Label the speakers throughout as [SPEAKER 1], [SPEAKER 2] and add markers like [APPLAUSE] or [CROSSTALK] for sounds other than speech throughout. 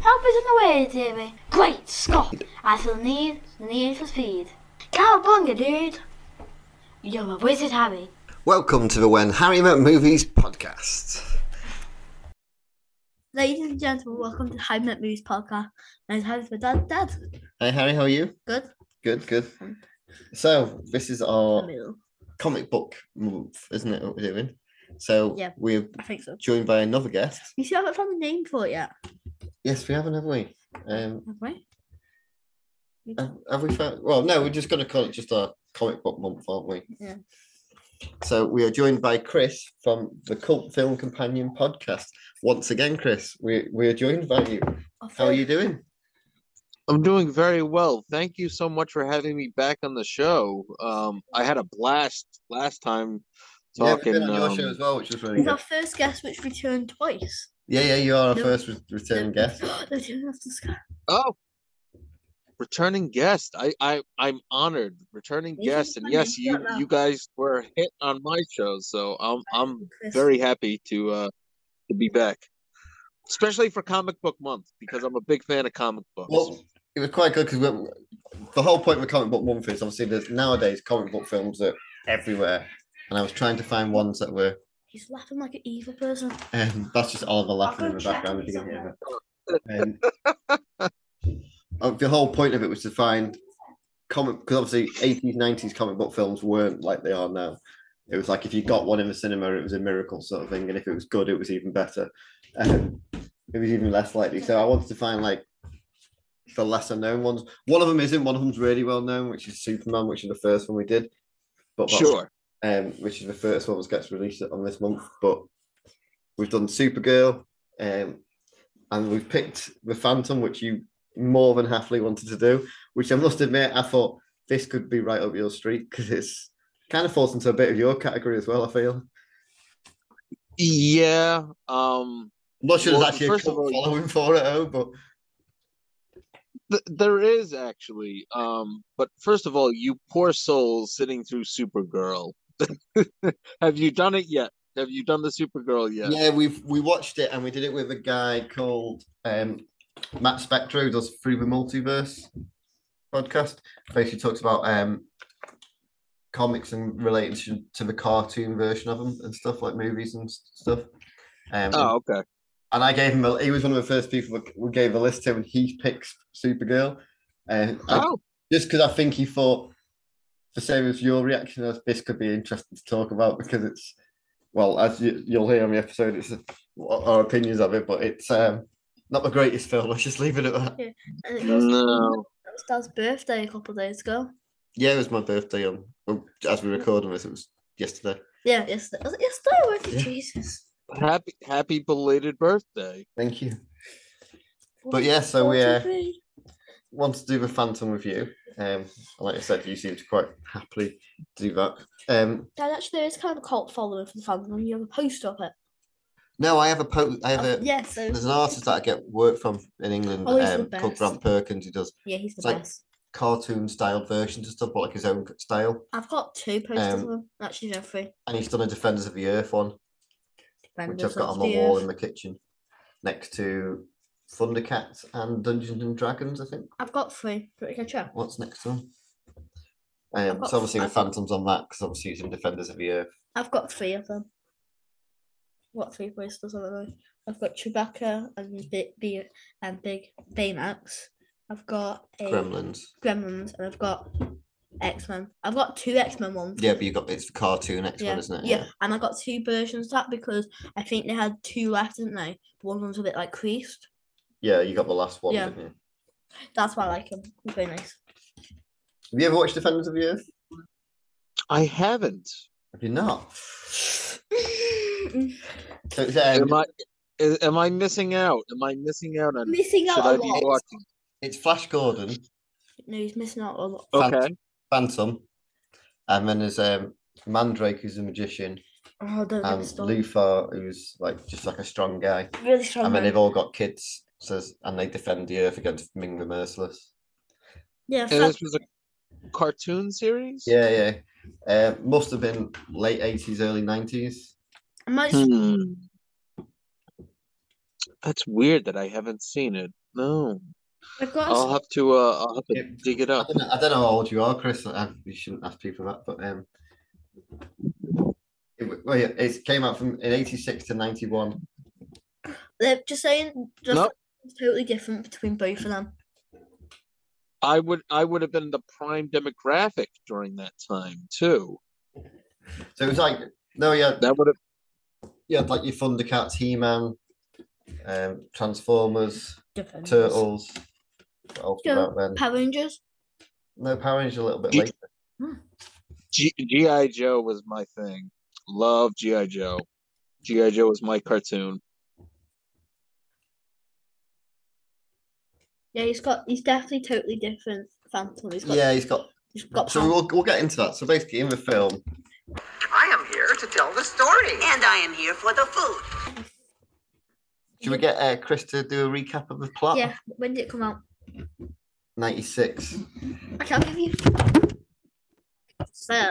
[SPEAKER 1] Help is in the way, dearie. Great Scott! I feel the need, the need for speed. Cowabunga, dude! You're a wizard, Harry.
[SPEAKER 2] Welcome to the When Harry Met Movies podcast.
[SPEAKER 1] Ladies and gentlemen, welcome to Harry Met Movies podcast. My time with dad. Dad,
[SPEAKER 2] Hey Harry, how are you?
[SPEAKER 1] good.
[SPEAKER 2] Good, good. So this is our
[SPEAKER 1] Middle.
[SPEAKER 2] comic book month, isn't it? What we're doing. So
[SPEAKER 1] Yeah.
[SPEAKER 2] we're
[SPEAKER 1] I think so.
[SPEAKER 2] joined by another guest.
[SPEAKER 1] You still haven't found a name for it yet,
[SPEAKER 2] Yes, we haven't, have we? Um,
[SPEAKER 1] have we?
[SPEAKER 2] have, have we found? Well, no, we're just going to call it just our comic book month, aren't we?
[SPEAKER 1] Yeah.
[SPEAKER 2] So we are joined by Chris from the Cult Film Companion podcast. Once again, Chris, we we are joined by you. How are Oh, you doing?
[SPEAKER 3] I'm doing very well. Thank you so much for having me back on the show. Um, I had a blast last time
[SPEAKER 2] yeah, we've
[SPEAKER 3] talking.
[SPEAKER 2] been on your show
[SPEAKER 3] um,
[SPEAKER 2] as well, which was really
[SPEAKER 1] He's
[SPEAKER 2] good.
[SPEAKER 1] our first guest, which returned twice. [GASPS]
[SPEAKER 2] Yeah, yeah, you are our
[SPEAKER 1] No.
[SPEAKER 2] first re- return guest.
[SPEAKER 1] Return of the sky.
[SPEAKER 3] oh, returning guest. I, I I'm honored. Returning
[SPEAKER 1] Thank you
[SPEAKER 3] guest,
[SPEAKER 1] for
[SPEAKER 3] and yes,
[SPEAKER 1] coming.
[SPEAKER 3] you
[SPEAKER 1] Yeah, no.
[SPEAKER 3] you guys were a hit on my show, so I'm I'm
[SPEAKER 1] Chris.
[SPEAKER 3] very happy to uh to be back, especially for comic book month because I'm a big fan of comic books.
[SPEAKER 2] Well, it was quite good because the whole point of comic book month is obviously there's nowadays comic book films are everywhere, and I was trying to find ones that were.
[SPEAKER 1] He's laughing like an evil person.
[SPEAKER 2] Um, that's just Oliver laughing in the background. If you can hear that. Um, uh, the whole point of it was to find comic because obviously 80s, 90s comic book films weren't like they are now. It was like if you got one in the cinema, it was a miracle sort of thing, and if it was good, it was even better. Um, it was even less likely. So I wanted to find like the lesser known ones. One of them isn't. One of them's really well known, which is Superman, which is the first one we did. But that's-
[SPEAKER 3] sure.
[SPEAKER 2] um, which is the first one that gets released on this month. But we've done Supergirl, um, and we've picked the Phantom, which you more than happily wanted to do. Which I must admit, I thought this could be right up your street because it's kind of falls into a bit of your category as well. I feel. I'm
[SPEAKER 3] Yeah. Um.
[SPEAKER 2] not sure
[SPEAKER 3] Well,
[SPEAKER 2] there's actually a
[SPEAKER 3] first of
[SPEAKER 2] cult
[SPEAKER 3] all-
[SPEAKER 2] following for it, though, but
[SPEAKER 3] Th- there is actually, um, but first of all, you poor soul sitting through Supergirl. [LAUGHS] Have you done it yet? Have you done the Supergirl yet?
[SPEAKER 2] yeah, we've we watched it and we did it with a guy called um, Matt Spector who does Through the Multiverse podcast. Basically, talks about um, comics and relation to the cartoon version of them and stuff like movies and s- stuff. Um,
[SPEAKER 3] Oh, okay.
[SPEAKER 2] and I gave him. A, he was one of the first people we gave a list to, and he picks Supergirl. Um, I-
[SPEAKER 3] Oh,
[SPEAKER 2] just because I think he thought the same as your reaction as this could be interesting to talk about because it's well as you, you'll hear on the episode it's uh, our opinions of it but it's um not the greatest film [LAUGHS] let's just leave it at that
[SPEAKER 1] And it was,
[SPEAKER 3] no.
[SPEAKER 1] it was Dad's birthday a couple of days ago.
[SPEAKER 2] yeah it was my birthday on well, as we recorded this it was yesterday
[SPEAKER 1] Yeah, yesterday. Was it yesterday? Or was it
[SPEAKER 2] Yeah.
[SPEAKER 1] Jesus.
[SPEAKER 3] Happy, happy belated birthday.
[SPEAKER 2] thank you But yeah, so we,
[SPEAKER 1] [LAUGHS]
[SPEAKER 2] uh, want to do the phantom with you um and like i said you seem to quite happily do that um
[SPEAKER 1] Dad, actually, there is kind of a cult following for the fandom. You have a poster of it.
[SPEAKER 2] no i have a po- i have
[SPEAKER 1] Oh,
[SPEAKER 2] a
[SPEAKER 1] yeah, so
[SPEAKER 2] there's an artist that i get work from in england
[SPEAKER 1] Oh, he's the
[SPEAKER 2] um, called
[SPEAKER 1] best.
[SPEAKER 2] grant perkins who does
[SPEAKER 1] yeah, he's the
[SPEAKER 2] it's like-
[SPEAKER 1] best.
[SPEAKER 2] cartoon styled versions and stuff, but like his own style.
[SPEAKER 1] I've got two posters
[SPEAKER 2] um,
[SPEAKER 1] of him. Actually, no, three.
[SPEAKER 2] And he's done a Defenders of the Earth one, which I've
[SPEAKER 1] Defenders
[SPEAKER 2] got
[SPEAKER 1] of
[SPEAKER 2] on my
[SPEAKER 1] the
[SPEAKER 2] wall
[SPEAKER 1] Earth.
[SPEAKER 2] in the kitchen, next to Thundercats and Dungeons and Dragons. I think
[SPEAKER 1] I've got three. But you can check.
[SPEAKER 2] what's next to him. Um,
[SPEAKER 1] got-
[SPEAKER 2] so obviously the
[SPEAKER 1] I've got-
[SPEAKER 2] Phantoms on that because obviously it's in Defenders of the Earth.
[SPEAKER 1] I've got three of them. What three posters have I? got? I've got Chewbacca and Big B- and Big Baymax. I've got a
[SPEAKER 2] Gremlins.
[SPEAKER 1] Gremlins and I've got X Men. I've got two X Men ones.
[SPEAKER 2] Yeah, but you got it's the cartoon next one, isn't it?
[SPEAKER 1] yeah, and I got two versions of that because I think they had two left, didn't they? One of them's a bit like creased.
[SPEAKER 2] Yeah, you got the last one,
[SPEAKER 1] Yeah.
[SPEAKER 2] didn't you?
[SPEAKER 1] That's why I like them. They're very nice. [LAUGHS]
[SPEAKER 2] Have you ever watched Defenders of the Earth?
[SPEAKER 3] I haven't.
[SPEAKER 2] Have you not?
[SPEAKER 1] I'm
[SPEAKER 2] So it's, um,
[SPEAKER 3] Am I? a- Am I missing out? Am I missing out on?
[SPEAKER 1] missing out
[SPEAKER 3] Should
[SPEAKER 1] a
[SPEAKER 3] I be
[SPEAKER 1] lot.
[SPEAKER 3] watching?
[SPEAKER 2] it's Flash Gordon,
[SPEAKER 1] No, he's missing out a lot.
[SPEAKER 2] Fan-
[SPEAKER 3] Okay.
[SPEAKER 2] Phantom, and then there's um, Mandrake, who's a magician,
[SPEAKER 1] Oh, don't get me
[SPEAKER 2] and
[SPEAKER 1] started.
[SPEAKER 2] Luthor, Um, who's like just like a strong guy,
[SPEAKER 1] Really strong.
[SPEAKER 2] and then
[SPEAKER 1] man.
[SPEAKER 2] they've all got kids. Says and they defend the earth against Ming the Merciless.
[SPEAKER 1] yeah,
[SPEAKER 3] And
[SPEAKER 1] Fran-
[SPEAKER 3] this was a cartoon series.
[SPEAKER 2] Yeah, yeah. Uh, must have been late eighties, early nineties.
[SPEAKER 1] I might
[SPEAKER 3] Hmm. That's weird that I haven't seen it. No,
[SPEAKER 1] They've got a
[SPEAKER 2] Oh,
[SPEAKER 3] I'll have to. Uh, I'll have to
[SPEAKER 2] Yeah.
[SPEAKER 3] dig it
[SPEAKER 2] I
[SPEAKER 3] up.
[SPEAKER 2] don't, know, I don't know how old you are, Chris. I, you shouldn't ask people that, but um, it, w- well, yeah, it came out from in '86 to '91.
[SPEAKER 1] They're just saying just
[SPEAKER 3] No.
[SPEAKER 1] it's totally different between both of them.
[SPEAKER 3] I would. I would have been the prime demographic during that time too.
[SPEAKER 2] So it was like, no, yeah,
[SPEAKER 3] That would have.
[SPEAKER 2] you had like your Thundercats, He-Man, um, Transformers,
[SPEAKER 1] Depends.
[SPEAKER 2] Turtles. What else was
[SPEAKER 1] Yeah.
[SPEAKER 2] out then?
[SPEAKER 1] Power Rangers.
[SPEAKER 2] No, Power Rangers a little bit
[SPEAKER 3] Did-
[SPEAKER 2] later.
[SPEAKER 3] G- GI Joe was my thing. Love GI Joe. GI Joe was my cartoon.
[SPEAKER 1] Yeah, he's got. He's definitely totally different. Phantom. He's got.
[SPEAKER 2] Yeah, he's got.
[SPEAKER 1] He's got.
[SPEAKER 2] So
[SPEAKER 1] power.
[SPEAKER 2] we'll we'll get into that. So basically, in the film,
[SPEAKER 4] I am here to tell the story. And I am here for the food.
[SPEAKER 2] should we get uh, Chris to do a recap of the plot?
[SPEAKER 1] yeah. When did it come out?
[SPEAKER 2] '96.
[SPEAKER 1] I can't give you. So,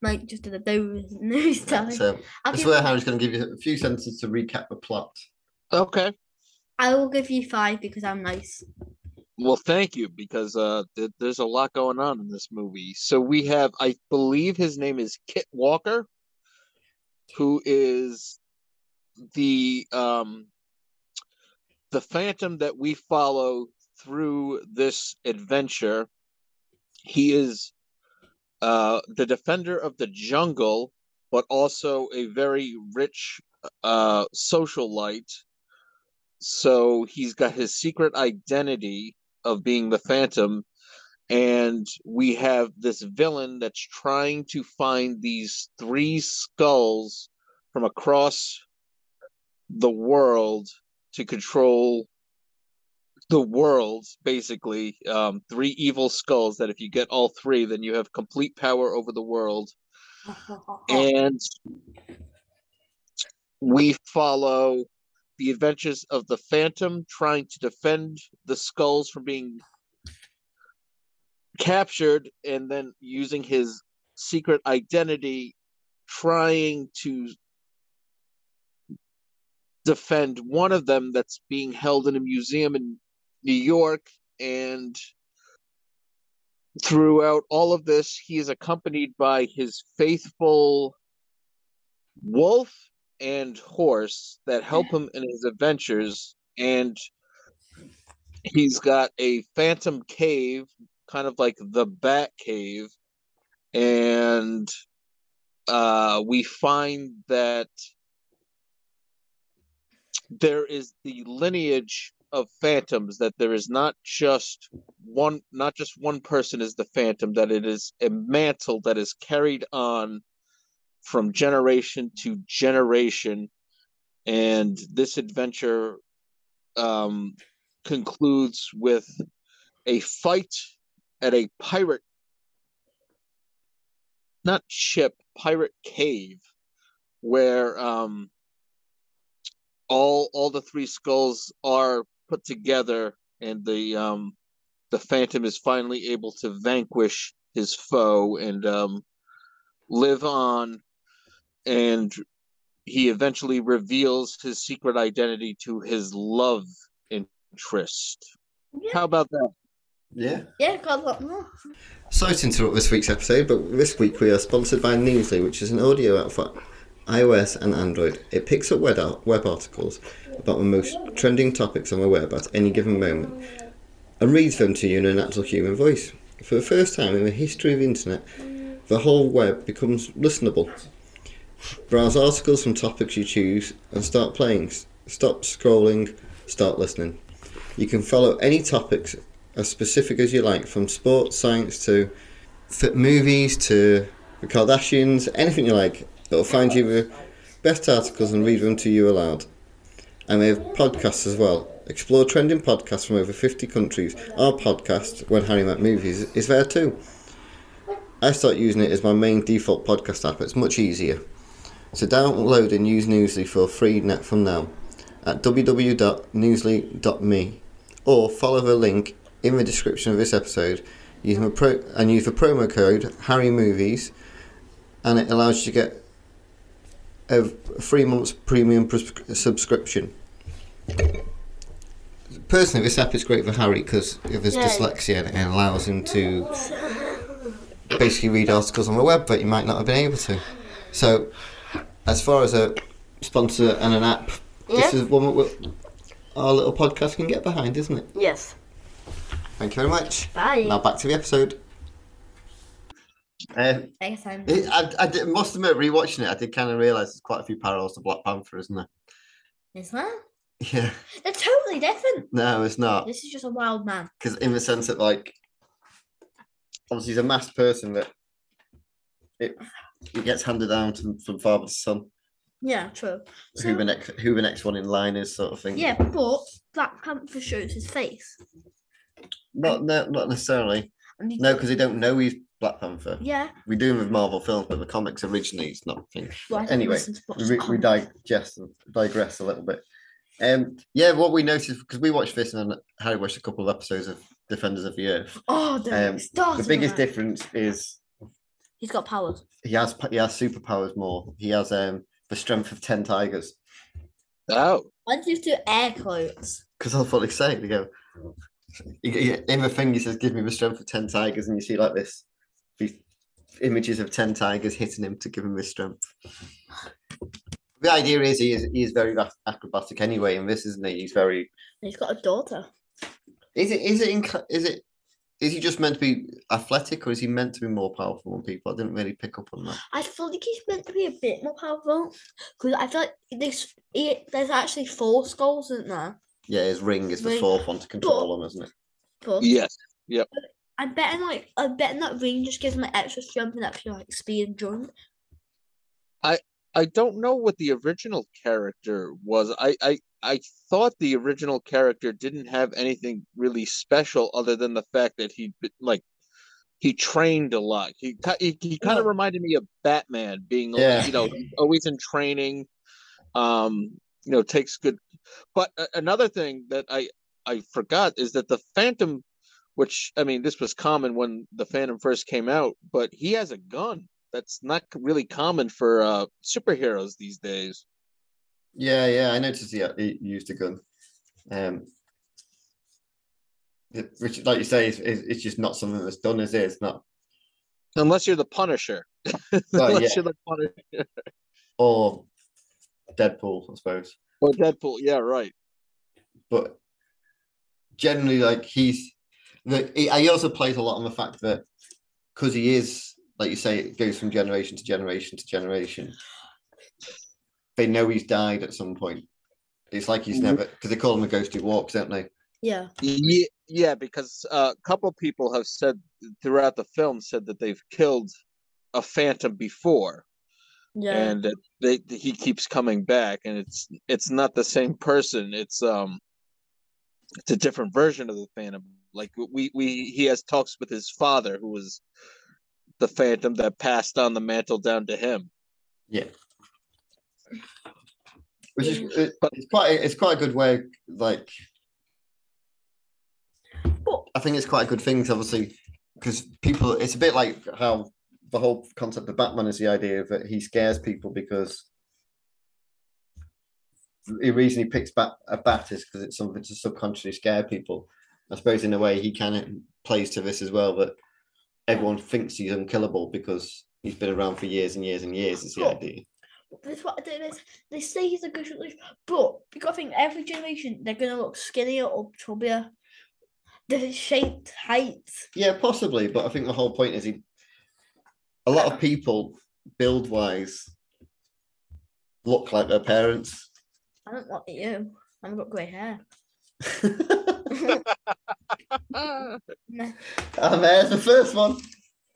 [SPEAKER 1] Mike just did a [LAUGHS] doze news time.
[SPEAKER 2] So
[SPEAKER 1] I'll
[SPEAKER 2] I
[SPEAKER 1] give,
[SPEAKER 2] swear, Harry's going to give you a few sentences to recap the plot.
[SPEAKER 3] Okay.
[SPEAKER 1] I will give you five because
[SPEAKER 2] [LAUGHS]
[SPEAKER 1] I'm nice.
[SPEAKER 3] Well, thank you because uh, th- there's a lot going on in this movie. So we have, I believe, his name is Kit Walker, who is the um, the Phantom that we follow through this adventure. He is uh, the defender of the jungle, but also a very rich uh, socialite. So he's got his secret identity of being the Phantom, and we have this villain that's trying to find these three skulls from across the world to control the world basically um, three evil skulls that if you get all three then you have complete power over the world and we follow the adventures of the phantom trying to defend the skulls from being captured and then using his secret identity trying to defend one of them that's being held in a museum in New York and throughout all of this he is accompanied by his faithful wolf and horse that help him in his adventures and he's got a phantom cave kind of like the bat cave and uh we find that there is the lineage of phantoms that there is not just one not just one person is the phantom that it is a mantle that is carried on from generation to generation and this adventure um concludes with a fight at a pirate not ship pirate cave where um all all the three skulls are put together and the um the phantom is finally able to vanquish his foe and um live on and he eventually reveals his secret identity to his love interest
[SPEAKER 1] Yeah,
[SPEAKER 3] how about that
[SPEAKER 2] Yeah.
[SPEAKER 1] yeah, got a lot more.
[SPEAKER 2] Sorry to interrupt this week's episode, but this week we are sponsored by Neemsley, which is an audio app for iOS and Android. It picks up web, art- web articles about the most trending topics on the web at any given moment and reads them to you in a natural human voice. For the first time in the history of the internet, the whole web becomes listenable. Browse articles from topics you choose and start playing. S- Stop scrolling, start listening. You can follow any topics as specific as you like, from sports, science to fit movies to the Kardashians, anything you like. It'll find you the best articles and read them to you aloud. And they have podcasts as well. Explore trending podcasts from over 50 countries. Our podcast, When Harry Met Movies, is there too. I start using it as my main default podcast app. It's much easier. So download and use Newsly for free net from now at www.newsly.me or follow the link in the description of this episode using a pro- and use the promo code Harry Movies, and it allows you to get a three months premium pres- subscription.
[SPEAKER 5] personally, this app is great for Harry because of his
[SPEAKER 1] Yeah.
[SPEAKER 5] dyslexia and it allows him to basically read articles on the web that he might not have been able to. So, as far as a sponsor and an app, this
[SPEAKER 6] Yeah.
[SPEAKER 5] is one that we- our little podcast can get behind, isn't it?
[SPEAKER 6] Yes.
[SPEAKER 5] Thank you very much.
[SPEAKER 6] Bye.
[SPEAKER 5] Now back to the episode.
[SPEAKER 2] Uh,
[SPEAKER 1] Next time.
[SPEAKER 2] it, I, I did, must admit, rewatching it, I did kind of realise there's quite a few parallels to Black Panther, isn't there? [LAUGHS]
[SPEAKER 1] Is that?
[SPEAKER 2] Yeah.
[SPEAKER 1] They're totally different.
[SPEAKER 2] No, it's not.
[SPEAKER 1] This is just a wild man.
[SPEAKER 2] because in the sense that like obviously he's a masked person that it, it gets handed down to, from father to son
[SPEAKER 1] Yeah, true.
[SPEAKER 6] Uh-huh.
[SPEAKER 2] who the
[SPEAKER 1] So-
[SPEAKER 2] next who the next one in line is sort of thing
[SPEAKER 1] Yeah, but Black Panther shows his face.
[SPEAKER 2] not no, not necessarily
[SPEAKER 1] And he-
[SPEAKER 2] no because they don't know he's black panther
[SPEAKER 1] Yeah.
[SPEAKER 2] we do with marvel films but the comics originally it's not a thing
[SPEAKER 1] well, I didn't
[SPEAKER 2] anyway,
[SPEAKER 1] listen to what's
[SPEAKER 2] we, we
[SPEAKER 1] comment.
[SPEAKER 2] digest and digress a little bit. Um, yeah, what we noticed because we watched this and then Harry watched a couple of episodes of Defenders of the Earth.
[SPEAKER 1] Oh,
[SPEAKER 2] um,
[SPEAKER 1] the stars.
[SPEAKER 2] The biggest difference is
[SPEAKER 1] He's got powers.
[SPEAKER 2] he has he has superpowers more. He has um the strength of ten tigers.
[SPEAKER 3] Oh,
[SPEAKER 1] I just do air quotes.
[SPEAKER 2] Because that's what they say. They go he- he- in the thing. He says, "Give me the strength of ten tigers," and you see like this these images of ten tigers hitting him to give him this strength. The idea is he is he is very ac- acrobatic anyway, and this isn't he. He's very
[SPEAKER 1] And he's got a daughter.
[SPEAKER 2] is it is it inc- is it. Is he just meant to be athletic, or is he meant to be more powerful than people? I didn't really pick up on that.
[SPEAKER 1] I feel like he's meant to be a bit more powerful because I feel like this. He, there's actually four skulls, isn't there?
[SPEAKER 2] Yeah, his ring is the
[SPEAKER 1] Ring.
[SPEAKER 2] fourth one to control him, isn't it?
[SPEAKER 1] But
[SPEAKER 3] yes.
[SPEAKER 1] I'm betting like I'm betting that ring just gives him like extra strength and extra like speed and jump.
[SPEAKER 3] I don't know what the original character was. I, I I thought the original character didn't have anything really special other than the fact that he like he trained a lot. He ki- he, he kind of
[SPEAKER 1] Yeah.
[SPEAKER 3] reminded me of Batman being
[SPEAKER 2] Yeah.
[SPEAKER 3] like, you know he's always in training. Um, you know takes good. But a- another thing that I I forgot is that the Phantom, which I mean this was common when the Phantom first came out, but he has a gun that's not c- really common for uh superheroes these days.
[SPEAKER 2] Yeah, yeah, I noticed he, uh, he used a gun. Um, it- which, like you say, is, is it's just not something that's done, is it? It's not,
[SPEAKER 3] Unless you're the Punisher. [LAUGHS]
[SPEAKER 2] Well,
[SPEAKER 3] Unless
[SPEAKER 2] yeah.
[SPEAKER 3] you're the Punisher.
[SPEAKER 2] or Deadpool, I suppose.
[SPEAKER 3] Or Deadpool, yeah, right.
[SPEAKER 2] But generally, like he's, the, he, he also plays a lot on the fact that because he is, like you say, it goes from generation to generation to generation. They know he's died at some point. It's like he's
[SPEAKER 3] Mhm.
[SPEAKER 2] never because they call him the ghost who walks, don't they?
[SPEAKER 1] Yeah.
[SPEAKER 3] Yeah, yeah, because uh, a couple people have said throughout the film said that they've killed a phantom before
[SPEAKER 2] Uh,
[SPEAKER 1] Yeah.
[SPEAKER 3] and that they he keeps coming back and it's it's not the same person. It's um it's a different version of the phantom. Like we we he has talks with his father who was the phantom that passed on the mantle down to him.
[SPEAKER 2] which is
[SPEAKER 1] Yeah.
[SPEAKER 2] it, it's quite a- it's quite a good way like
[SPEAKER 1] But-
[SPEAKER 2] i think it's quite a good thing 'cause obviously because people it's a bit like how the whole concept of batman is the idea that he scares people because the reason he picks bat, a bat is because it's something to subconsciously scare people i suppose in a way he kind of plays to this as well that everyone thinks he's unkillable because he's been around for years and years and years is the
[SPEAKER 1] Cool.
[SPEAKER 2] idea
[SPEAKER 1] That's what they, they, they say he's a good shooter, but you got to think every generation they're gonna look skinnier or chubbier. The shape, height.
[SPEAKER 2] Yeah, possibly, but I think the whole point is he. A lot of people, build wise, look like their parents. [LAUGHS]
[SPEAKER 1] I don't look at you. I've got grey hair. Nah.
[SPEAKER 2] and there's the first one.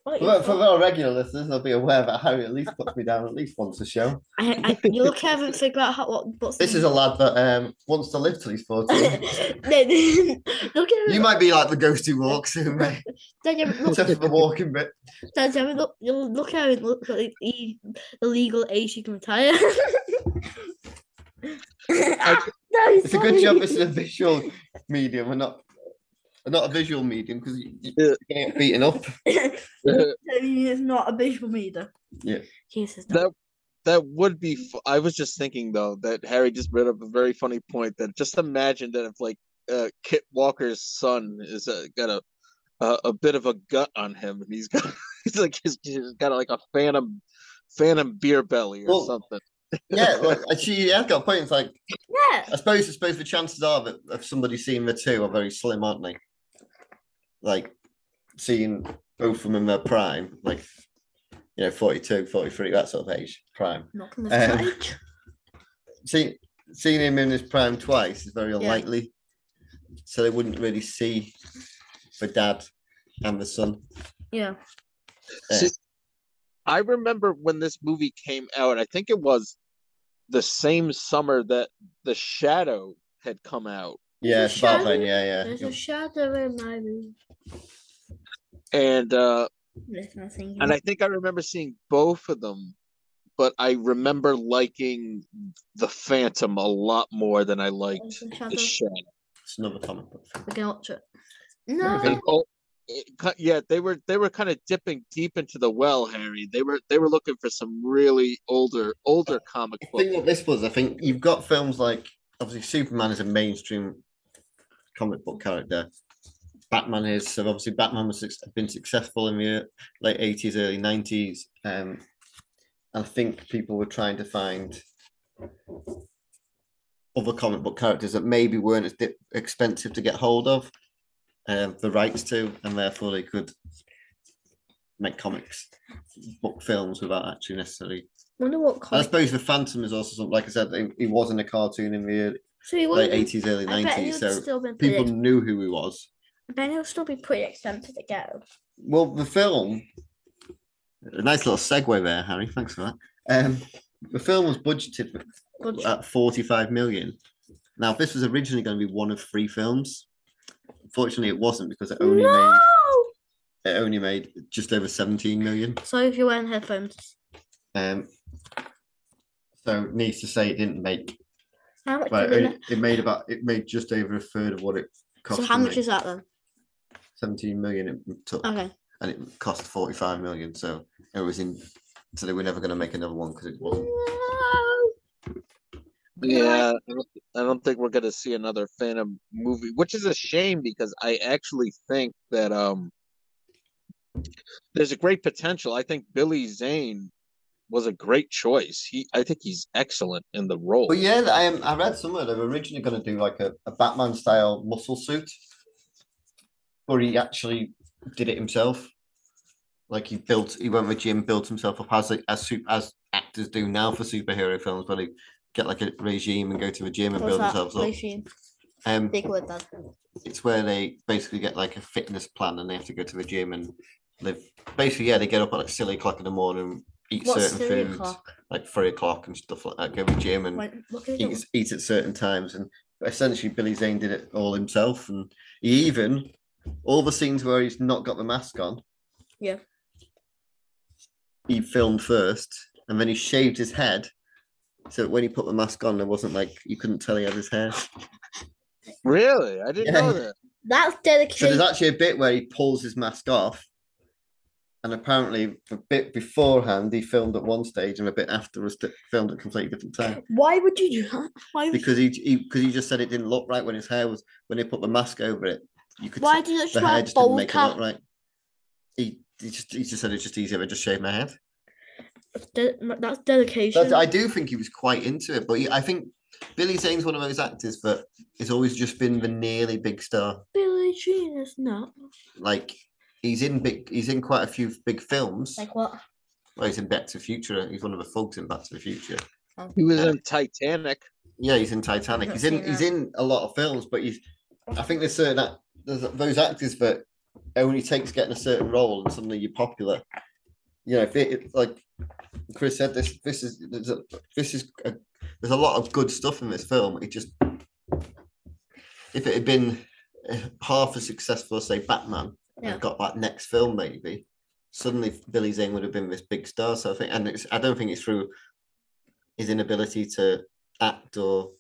[SPEAKER 1] What you
[SPEAKER 2] Well, for
[SPEAKER 1] thought?
[SPEAKER 2] our regular listeners, they'll be aware that Harry at least puts me down at least once a show.
[SPEAKER 1] I, I, you look, I haven't figured out how what. What's
[SPEAKER 2] This is
[SPEAKER 1] [LAUGHS]
[SPEAKER 2] a lad that um, wants to live till he's 14.
[SPEAKER 1] look at
[SPEAKER 2] you
[SPEAKER 1] him.
[SPEAKER 2] might be like the ghost who walks in, mate,
[SPEAKER 1] Dad, you haven't looked-
[SPEAKER 2] except for the walking bit.
[SPEAKER 1] Dad, you haven't looked- you look at him. Look at the illegal age he can retire. [LAUGHS] Ah, no, he's
[SPEAKER 2] It's a good job
[SPEAKER 1] sorry.
[SPEAKER 2] it's a visual medium and not. Not a visual medium because you, you
[SPEAKER 3] Yeah.
[SPEAKER 2] get beaten up.
[SPEAKER 1] [LAUGHS] I mean, it's not a visual meter.
[SPEAKER 2] Yeah.
[SPEAKER 1] Jesus.
[SPEAKER 3] That- That would
[SPEAKER 2] Mm-hmm.
[SPEAKER 3] be. F- I was just thinking though that Harry just brought up a very funny point. That just imagine that if like uh, Kit Walker's son is uh, got a uh, a bit of a gut on him, and he's got [LAUGHS] he's like he's, he's got like a phantom phantom beer belly or
[SPEAKER 2] Well,
[SPEAKER 3] something. [LAUGHS]
[SPEAKER 2] yeah, like she has got a point. It's like
[SPEAKER 1] Yeah.
[SPEAKER 2] I suppose I suppose the chances are that of somebody seeing the two are very slim, aren't they? Like seeing both of them in their prime, like you know, 42, 43, that sort of age, prime.
[SPEAKER 1] Not in the
[SPEAKER 2] Um,
[SPEAKER 1] stage.
[SPEAKER 2] See, seeing him in his prime twice is very
[SPEAKER 1] Yeah.
[SPEAKER 2] unlikely. So they wouldn't really see the dad and the son.
[SPEAKER 1] Yeah.
[SPEAKER 3] I remember when this movie came out. I think it was the same summer that The Shadow had come out,
[SPEAKER 2] Yeah,
[SPEAKER 1] There's
[SPEAKER 2] it's
[SPEAKER 1] a
[SPEAKER 2] about
[SPEAKER 1] shadow-
[SPEAKER 2] then, yeah,
[SPEAKER 1] There's
[SPEAKER 2] uh, yeah.
[SPEAKER 1] a shadow in my room.
[SPEAKER 3] and uh,
[SPEAKER 1] This kind of thing.
[SPEAKER 3] and I think I remember seeing both of them. But I remember liking the Phantom a lot more than I liked
[SPEAKER 1] There's a shadow.
[SPEAKER 3] the Shadow.
[SPEAKER 2] It's another comic book film.
[SPEAKER 1] We're gonna watch it.
[SPEAKER 3] And,
[SPEAKER 1] No.
[SPEAKER 3] oh, it ki- yeah, they were they were kind of dipping deep into the well, Harry. They were they were looking for some really older older comic
[SPEAKER 2] I
[SPEAKER 3] book.
[SPEAKER 2] think what this was, I think you've got films like obviously Superman is a mainstream comic book character. Batman is so obviously Batman was suc- been successful in the uh, late eighties, early nineties. Um, I think people were trying to find other comic book characters that maybe weren't as di- expensive to get hold of, um, the rights to, and therefore they could make comics, book films without actually necessarily
[SPEAKER 1] Wonder what
[SPEAKER 2] I
[SPEAKER 1] comic.
[SPEAKER 2] suppose the Phantom is also something. Like I said, he, he wasn't a cartoon in the early,
[SPEAKER 1] So he
[SPEAKER 2] late
[SPEAKER 1] won't.
[SPEAKER 2] eighties, early
[SPEAKER 1] I bet he
[SPEAKER 2] nineties,
[SPEAKER 1] would
[SPEAKER 2] so
[SPEAKER 1] still be pretty.
[SPEAKER 2] people
[SPEAKER 1] Ex-
[SPEAKER 2] knew who he was.
[SPEAKER 1] I bet he'll still be pretty expensive to get.
[SPEAKER 2] Well, the film. A nice little segue there, Harry. Thanks for that. Um, the film was budgeted
[SPEAKER 1] Good.
[SPEAKER 2] at forty-five million. Now, this was originally going to be one of three films. Unfortunately, it wasn't because it only
[SPEAKER 1] no.
[SPEAKER 2] made it only made just over seventeen million.
[SPEAKER 1] Sorry if you're wearing headphones.
[SPEAKER 2] Um, so needs to say it didn't make
[SPEAKER 1] How much?
[SPEAKER 2] Right,
[SPEAKER 1] did it
[SPEAKER 2] it, it made about it made just over a third of what it
[SPEAKER 1] ma-
[SPEAKER 2] cost.
[SPEAKER 1] so how
[SPEAKER 2] to
[SPEAKER 1] much
[SPEAKER 2] make.
[SPEAKER 1] is Oh. that then?
[SPEAKER 2] seventeen million? It took,
[SPEAKER 1] Okay.
[SPEAKER 2] and it cost forty five million. So it was in. So they were never going to make another one because it wasn't.
[SPEAKER 1] No.
[SPEAKER 3] Yeah, I don't, I don't think we're gonna see another Phantom movie, which is a shame because I actually think that um there's a great potential. I think Billy Zane was a great choice. He I think he's excellent in the role.
[SPEAKER 2] But yeah, I um, I read somewhere they were originally going to do like a, a Batman style muscle suit, but he actually did it himself. Like he built, he went with Jim, built himself up as a, as su- as actors do now for superhero films, where they get like a regime and go to the gym and
[SPEAKER 1] What's
[SPEAKER 2] build
[SPEAKER 1] that?
[SPEAKER 2] themselves up.
[SPEAKER 1] Regime.
[SPEAKER 2] Um,
[SPEAKER 1] Big word then.
[SPEAKER 2] it's where they basically get like a fitness plan and they have to go to the gym and live basically yeah they get up at like silly o'clock in the morning eat
[SPEAKER 1] What's
[SPEAKER 2] certain
[SPEAKER 1] three
[SPEAKER 2] foods
[SPEAKER 1] o'clock?
[SPEAKER 2] like three o'clock and stuff like that go to the gym and
[SPEAKER 1] When, what can we do?
[SPEAKER 2] eat, eat at certain times and essentially billy zane did it all himself and he even all the scenes where he's not got the mask on
[SPEAKER 1] Yeah.
[SPEAKER 2] he filmed first and then he shaved his head so that when he put the mask on there wasn't like you couldn't tell he had his hair
[SPEAKER 3] Really? I didn't
[SPEAKER 2] Yeah.
[SPEAKER 3] know that.
[SPEAKER 1] That's
[SPEAKER 2] So there's
[SPEAKER 1] dedication.
[SPEAKER 2] actually a bit where he pulls his mask off, and apparently the bit beforehand he filmed at one stage, and a bit after was di- filmed at a completely different time
[SPEAKER 1] Why would you do that? Why? Would
[SPEAKER 2] because he because he, just said it didn't look right when his hair was when they put the mask over it. You could
[SPEAKER 1] Why
[SPEAKER 2] see-
[SPEAKER 1] do you not
[SPEAKER 2] the
[SPEAKER 1] just
[SPEAKER 2] hair
[SPEAKER 1] wear a
[SPEAKER 2] just didn't
[SPEAKER 1] bowl
[SPEAKER 2] make it look
[SPEAKER 1] cut?
[SPEAKER 2] right. He, he just he just said it's just easier. I just shave my head.
[SPEAKER 1] De- that's dedication.
[SPEAKER 2] That's, I do think he was quite into it, but he, I think Billy Zane's one of those actors that has always just been the nearly big star.
[SPEAKER 1] Billie Jean is not.
[SPEAKER 2] Like he's in big, he's in quite a few big films.
[SPEAKER 1] Like what?
[SPEAKER 2] Well, he's in Back to the Future. He's one of the thugs in Back to the Future.
[SPEAKER 3] He was in Titanic.
[SPEAKER 2] Yeah, he's in Titanic.
[SPEAKER 1] not
[SPEAKER 2] He's in
[SPEAKER 1] seen
[SPEAKER 2] he's
[SPEAKER 1] that.
[SPEAKER 2] in a lot of films, but he's. I think there's certain act- there's those actors that only takes getting a certain role and suddenly you're popular. You know, if it, it- like Chris said, this this is there's a, this is a, there's a lot of good stuff in this film. It just if it had been uh, half as successful as say Batman
[SPEAKER 1] Yeah.
[SPEAKER 2] and got that next film maybe, suddenly Billy Zane would have been this big star. So I think, and it's I don't think it's through his inability to act or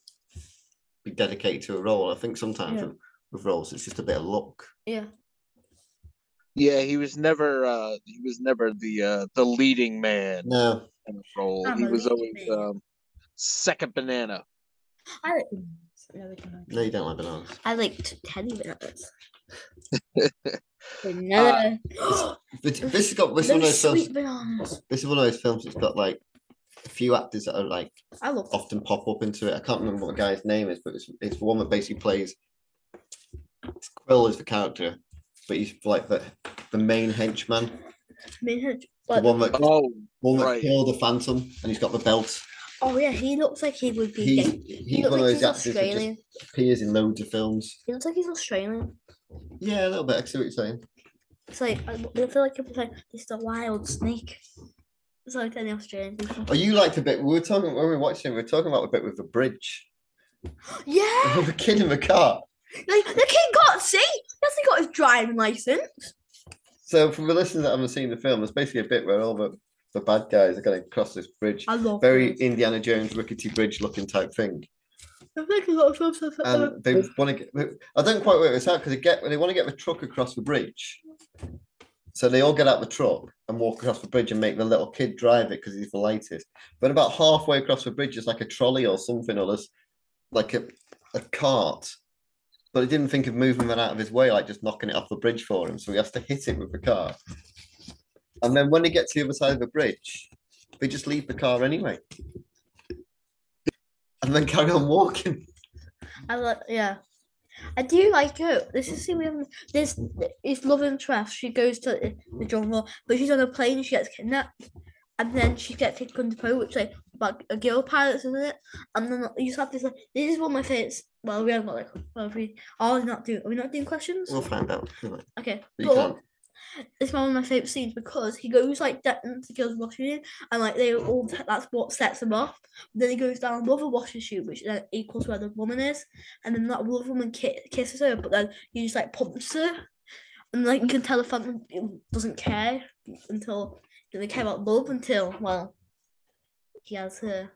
[SPEAKER 2] be dedicated to a role. I think sometimes
[SPEAKER 1] Yeah.
[SPEAKER 2] with, with roles it's just a bit of luck.
[SPEAKER 1] Yeah.
[SPEAKER 3] Yeah, he was never uh he was never the uh the leading man
[SPEAKER 2] No,
[SPEAKER 3] in the role.
[SPEAKER 1] I'm
[SPEAKER 3] He
[SPEAKER 1] a
[SPEAKER 3] was
[SPEAKER 1] leading
[SPEAKER 3] always
[SPEAKER 1] man.
[SPEAKER 3] um second banana.
[SPEAKER 1] I like bananas. bananas. No, I don't like
[SPEAKER 2] No, you don't like bananas.
[SPEAKER 1] I liked
[SPEAKER 2] [LAUGHS]
[SPEAKER 1] teddy bananas. Banana.
[SPEAKER 2] But this has got Uh,
[SPEAKER 1] [GASPS]
[SPEAKER 2] this is
[SPEAKER 1] Those
[SPEAKER 2] one of those films.
[SPEAKER 1] sweet bananas.
[SPEAKER 2] This is one of those films that's got like a few actors that are like
[SPEAKER 1] I love
[SPEAKER 2] often pop up into it. I can't remember what the guy's name is, but it's it's the one that basically plays Quill is the character, but he's like the the main henchman,
[SPEAKER 1] minhaj.
[SPEAKER 2] the
[SPEAKER 1] Like,
[SPEAKER 2] one that
[SPEAKER 3] Oh,
[SPEAKER 2] one that
[SPEAKER 3] right.
[SPEAKER 2] killed the Phantom, and he's got the belt.
[SPEAKER 1] oh yeah, he looks like he would be.
[SPEAKER 2] He,
[SPEAKER 1] gay.
[SPEAKER 2] he's
[SPEAKER 1] looks
[SPEAKER 2] one of
[SPEAKER 1] like
[SPEAKER 2] those actors that just
[SPEAKER 1] Australian.
[SPEAKER 2] appears in loads of films.
[SPEAKER 1] He looks like he's Australian.
[SPEAKER 2] Yeah, a little bit. I see what you're saying.
[SPEAKER 1] It's like I I feel like if it's like it's the wild snake. It's like any Australian people.
[SPEAKER 2] Oh, you liked a bit. We were talking when we were watching. We were talking about a bit with the bridge. [LAUGHS]
[SPEAKER 1] Yeah,
[SPEAKER 2] the kid in the car.
[SPEAKER 1] like the kid got see. Yes, he got his driving license.
[SPEAKER 2] So for the listeners that haven't seen the film, there's basically a bit where all the, the bad guys are going to cross this bridge.
[SPEAKER 1] I love
[SPEAKER 2] Very
[SPEAKER 1] those.
[SPEAKER 2] Indiana Jones rickety bridge looking type thing,
[SPEAKER 1] I think a lot of films have
[SPEAKER 2] and they want to. get I don't quite work this out because they get they want to get the truck across the bridge, so they all get out the truck and walk across the bridge and make the little kid drive it because he's the latest. But about halfway across the bridge, is like a trolley or something or this, like a a cart. But he didn't think of moving that out of his way, like just knocking it off the bridge for him. So he has to hit it with the car. And then when they get to the other side of the bridge, they just leave the car anyway. And then carry on walking.
[SPEAKER 1] I like, yeah. I do like it. This is see we haven't. This is Love and Trust. She goes to the- the jungle, but she's on a plane. She gets kidnapped, and then she gets taken to Kundapur, which like like a girl pilots, isn't it? And then you just have this. Like, this is one of my favorites. Well, we haven't got like. Well, we are we not doing. Are we not doing questions?
[SPEAKER 2] We'll find out. can't we?
[SPEAKER 1] Okay,
[SPEAKER 2] You
[SPEAKER 1] but
[SPEAKER 2] can't.
[SPEAKER 1] it's one of my favorite scenes because he goes like down into the girls' washing room, and like they all that's what sets him off. Then he goes down another washing chute, which then equals where the woman is, and then that other woman ki- kisses her, but then he just like pumps her, and like you can tell the phantom doesn't care until doesn't care about love until well, he has her.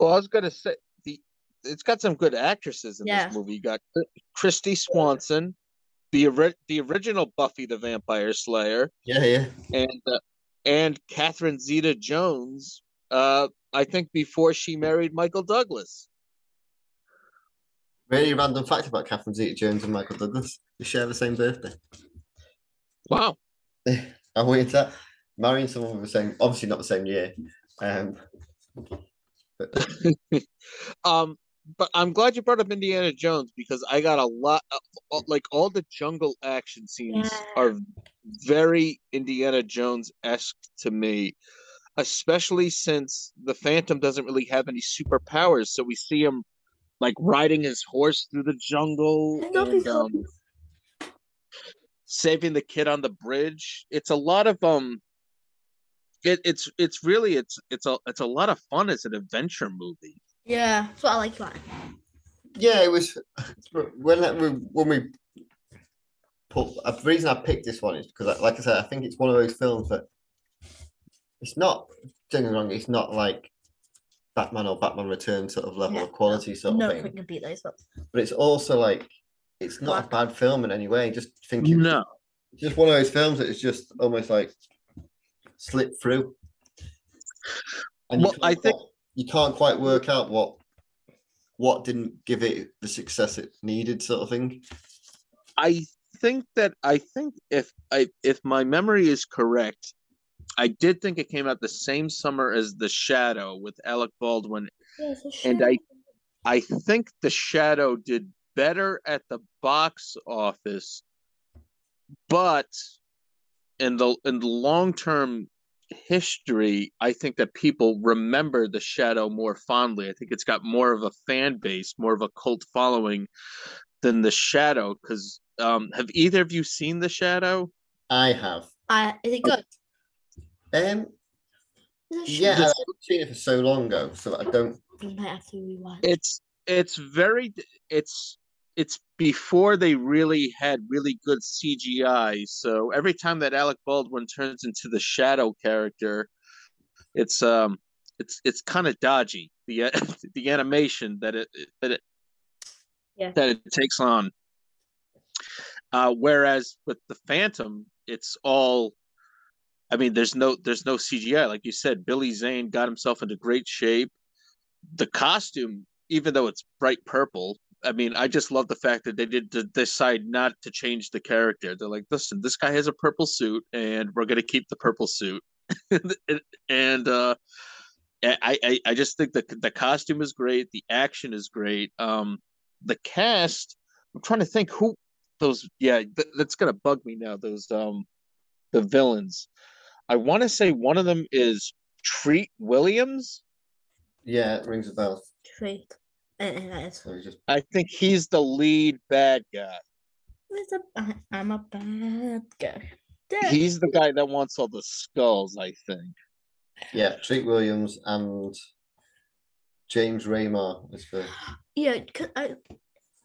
[SPEAKER 3] well, I was gonna say the it's got some good actresses in
[SPEAKER 1] Yeah.
[SPEAKER 3] this movie. You got Christy Swanson, the ori- the original Buffy the Vampire Slayer,
[SPEAKER 2] Yeah, yeah.
[SPEAKER 3] and uh, and Catherine Zeta Jones. Uh, I think before she married Michael Douglas.
[SPEAKER 2] Really random fact about Catherine Zeta Jones and Michael Douglas. They share the same birthday.
[SPEAKER 3] Wow.
[SPEAKER 2] How weird is that? Marrying someone with the same, obviously not the same year. Um,
[SPEAKER 3] Um, but I'm glad you brought up Indiana Jones because I got a lot, uh, like all the jungle action scenes
[SPEAKER 1] Yeah.
[SPEAKER 3] are very Indiana Jones esque to me, especially since the Phantom doesn't really have any superpowers, so we see him like riding his horse through the jungle
[SPEAKER 1] That'd be
[SPEAKER 3] and
[SPEAKER 1] so
[SPEAKER 3] um, saving the kid on the bridge. It's a lot of um. It, it's it's really it's it's a it's a lot of fun as an adventure movie.
[SPEAKER 1] Yeah, that's what I like about it.
[SPEAKER 2] yeah, it was when I- when we put. uh, The reason I picked this one is because, like- like I said, I think it's one of those films that it's not. Don't get me wrong, it's not like Batman or Batman Returns sort of level
[SPEAKER 1] No,
[SPEAKER 2] of quality sort
[SPEAKER 1] No
[SPEAKER 2] of
[SPEAKER 1] one
[SPEAKER 2] thing,
[SPEAKER 1] can beat those. But
[SPEAKER 2] but it's also like it's not a bad film in any way. Just thinking,
[SPEAKER 3] No.
[SPEAKER 2] it's just one of those films that is just almost like slip through. And you
[SPEAKER 3] Well, I
[SPEAKER 2] can't
[SPEAKER 3] think-
[SPEAKER 2] quite- you can't quite work out what what didn't give it the success it needed, sort of thing.
[SPEAKER 3] I think that I think if I if my memory is correct, I did think it came out the same summer as The Shadow with Alec Baldwin,
[SPEAKER 1] yeah, it's a
[SPEAKER 3] and I I think The Shadow did better at the box office, but in the in the long term history, I think that people remember The Shadow more fondly. I think it's got more of a fan base, more of a cult following than The Shadow. Because um, have either of you seen The Shadow?
[SPEAKER 2] I have.
[SPEAKER 1] I is it good?
[SPEAKER 2] Um,
[SPEAKER 1] Is it
[SPEAKER 2] yeah,
[SPEAKER 1] shit?
[SPEAKER 2] I've seen it for so long ago, so that I don't.
[SPEAKER 1] We might have to rewatch.
[SPEAKER 3] It's it's very it's it's before they really had really good CGI. So every time that Alec Baldwin turns into the Shadow character, it's um it's it's kind of dodgy the [LAUGHS] the animation that it that it
[SPEAKER 1] Yeah.
[SPEAKER 3] that it takes on. Uh, whereas with the Phantom, it's all. I mean, there's no there's no CGI, like you said. Billy Zane got himself into great shape. The costume even though it's bright purple, I mean, I just love the fact that they did d- decide not to change the character. They're like, listen, this guy has a purple suit, and we're gonna keep the purple suit. [LAUGHS] and uh, I, I, I just think the the costume is great. The action is great. Um, the cast. I'm trying to think who those. Yeah, th- that's gonna bug me now. Those um, the villains. I want to say one of them is Treat Williams.
[SPEAKER 2] Yeah, it rings a bell.
[SPEAKER 1] Drake. And that is.
[SPEAKER 2] So it's just
[SPEAKER 3] I think he's the lead bad guy.
[SPEAKER 1] It's a, I, I'm a bad guy. Dad,
[SPEAKER 3] He's the guy that wants all the skulls. I think.
[SPEAKER 2] yeah, Treat Williams and James Raymar is the
[SPEAKER 1] yeah, 'cause I,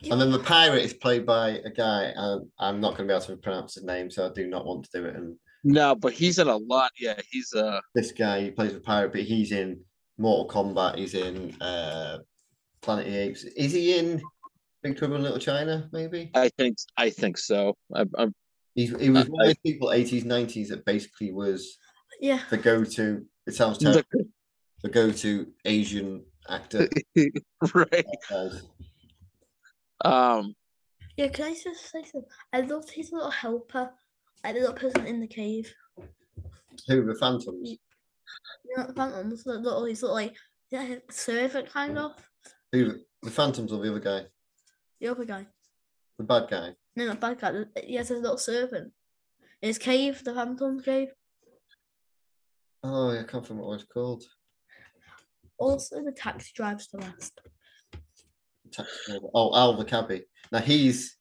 [SPEAKER 2] and then the pirate is played by a guy and I'm not gonna be able to pronounce his name, so I do not want to do it. And
[SPEAKER 3] No, but he's in a lot. Yeah, he's uh
[SPEAKER 2] this guy he plays the pirate, but he's in Mortal Kombat, he's in uh Planet of the Apes. Is he in Big Trouble in Little China, maybe?
[SPEAKER 3] I think I think so. I, I'm [LAUGHS]
[SPEAKER 2] He, he was
[SPEAKER 3] Uh,
[SPEAKER 2] one of those people, 80s, 90s, that basically was
[SPEAKER 1] yeah.
[SPEAKER 2] the go to, it sounds terrible,
[SPEAKER 3] the,
[SPEAKER 2] the go to Asian actor.
[SPEAKER 3] right.
[SPEAKER 2] as-
[SPEAKER 3] Um,
[SPEAKER 1] Yeah, can I just say something? I loved his little helper, like the little person in the cave.
[SPEAKER 2] Who, the Phantoms?
[SPEAKER 1] You know, the phantoms, the little, his little, like, yeah, servant kind of.
[SPEAKER 2] Who, the Phantoms or the other guy?
[SPEAKER 1] The other guy.
[SPEAKER 2] The bad guy?
[SPEAKER 1] No, not bad guy. the- He has his little servant. In his cave, the phantom's cave.
[SPEAKER 2] Oh, I can't remember what it's called.
[SPEAKER 1] Also, the taxi drives the last.
[SPEAKER 2] Taxi driver. Oh, Al the Cabbie. Now he's,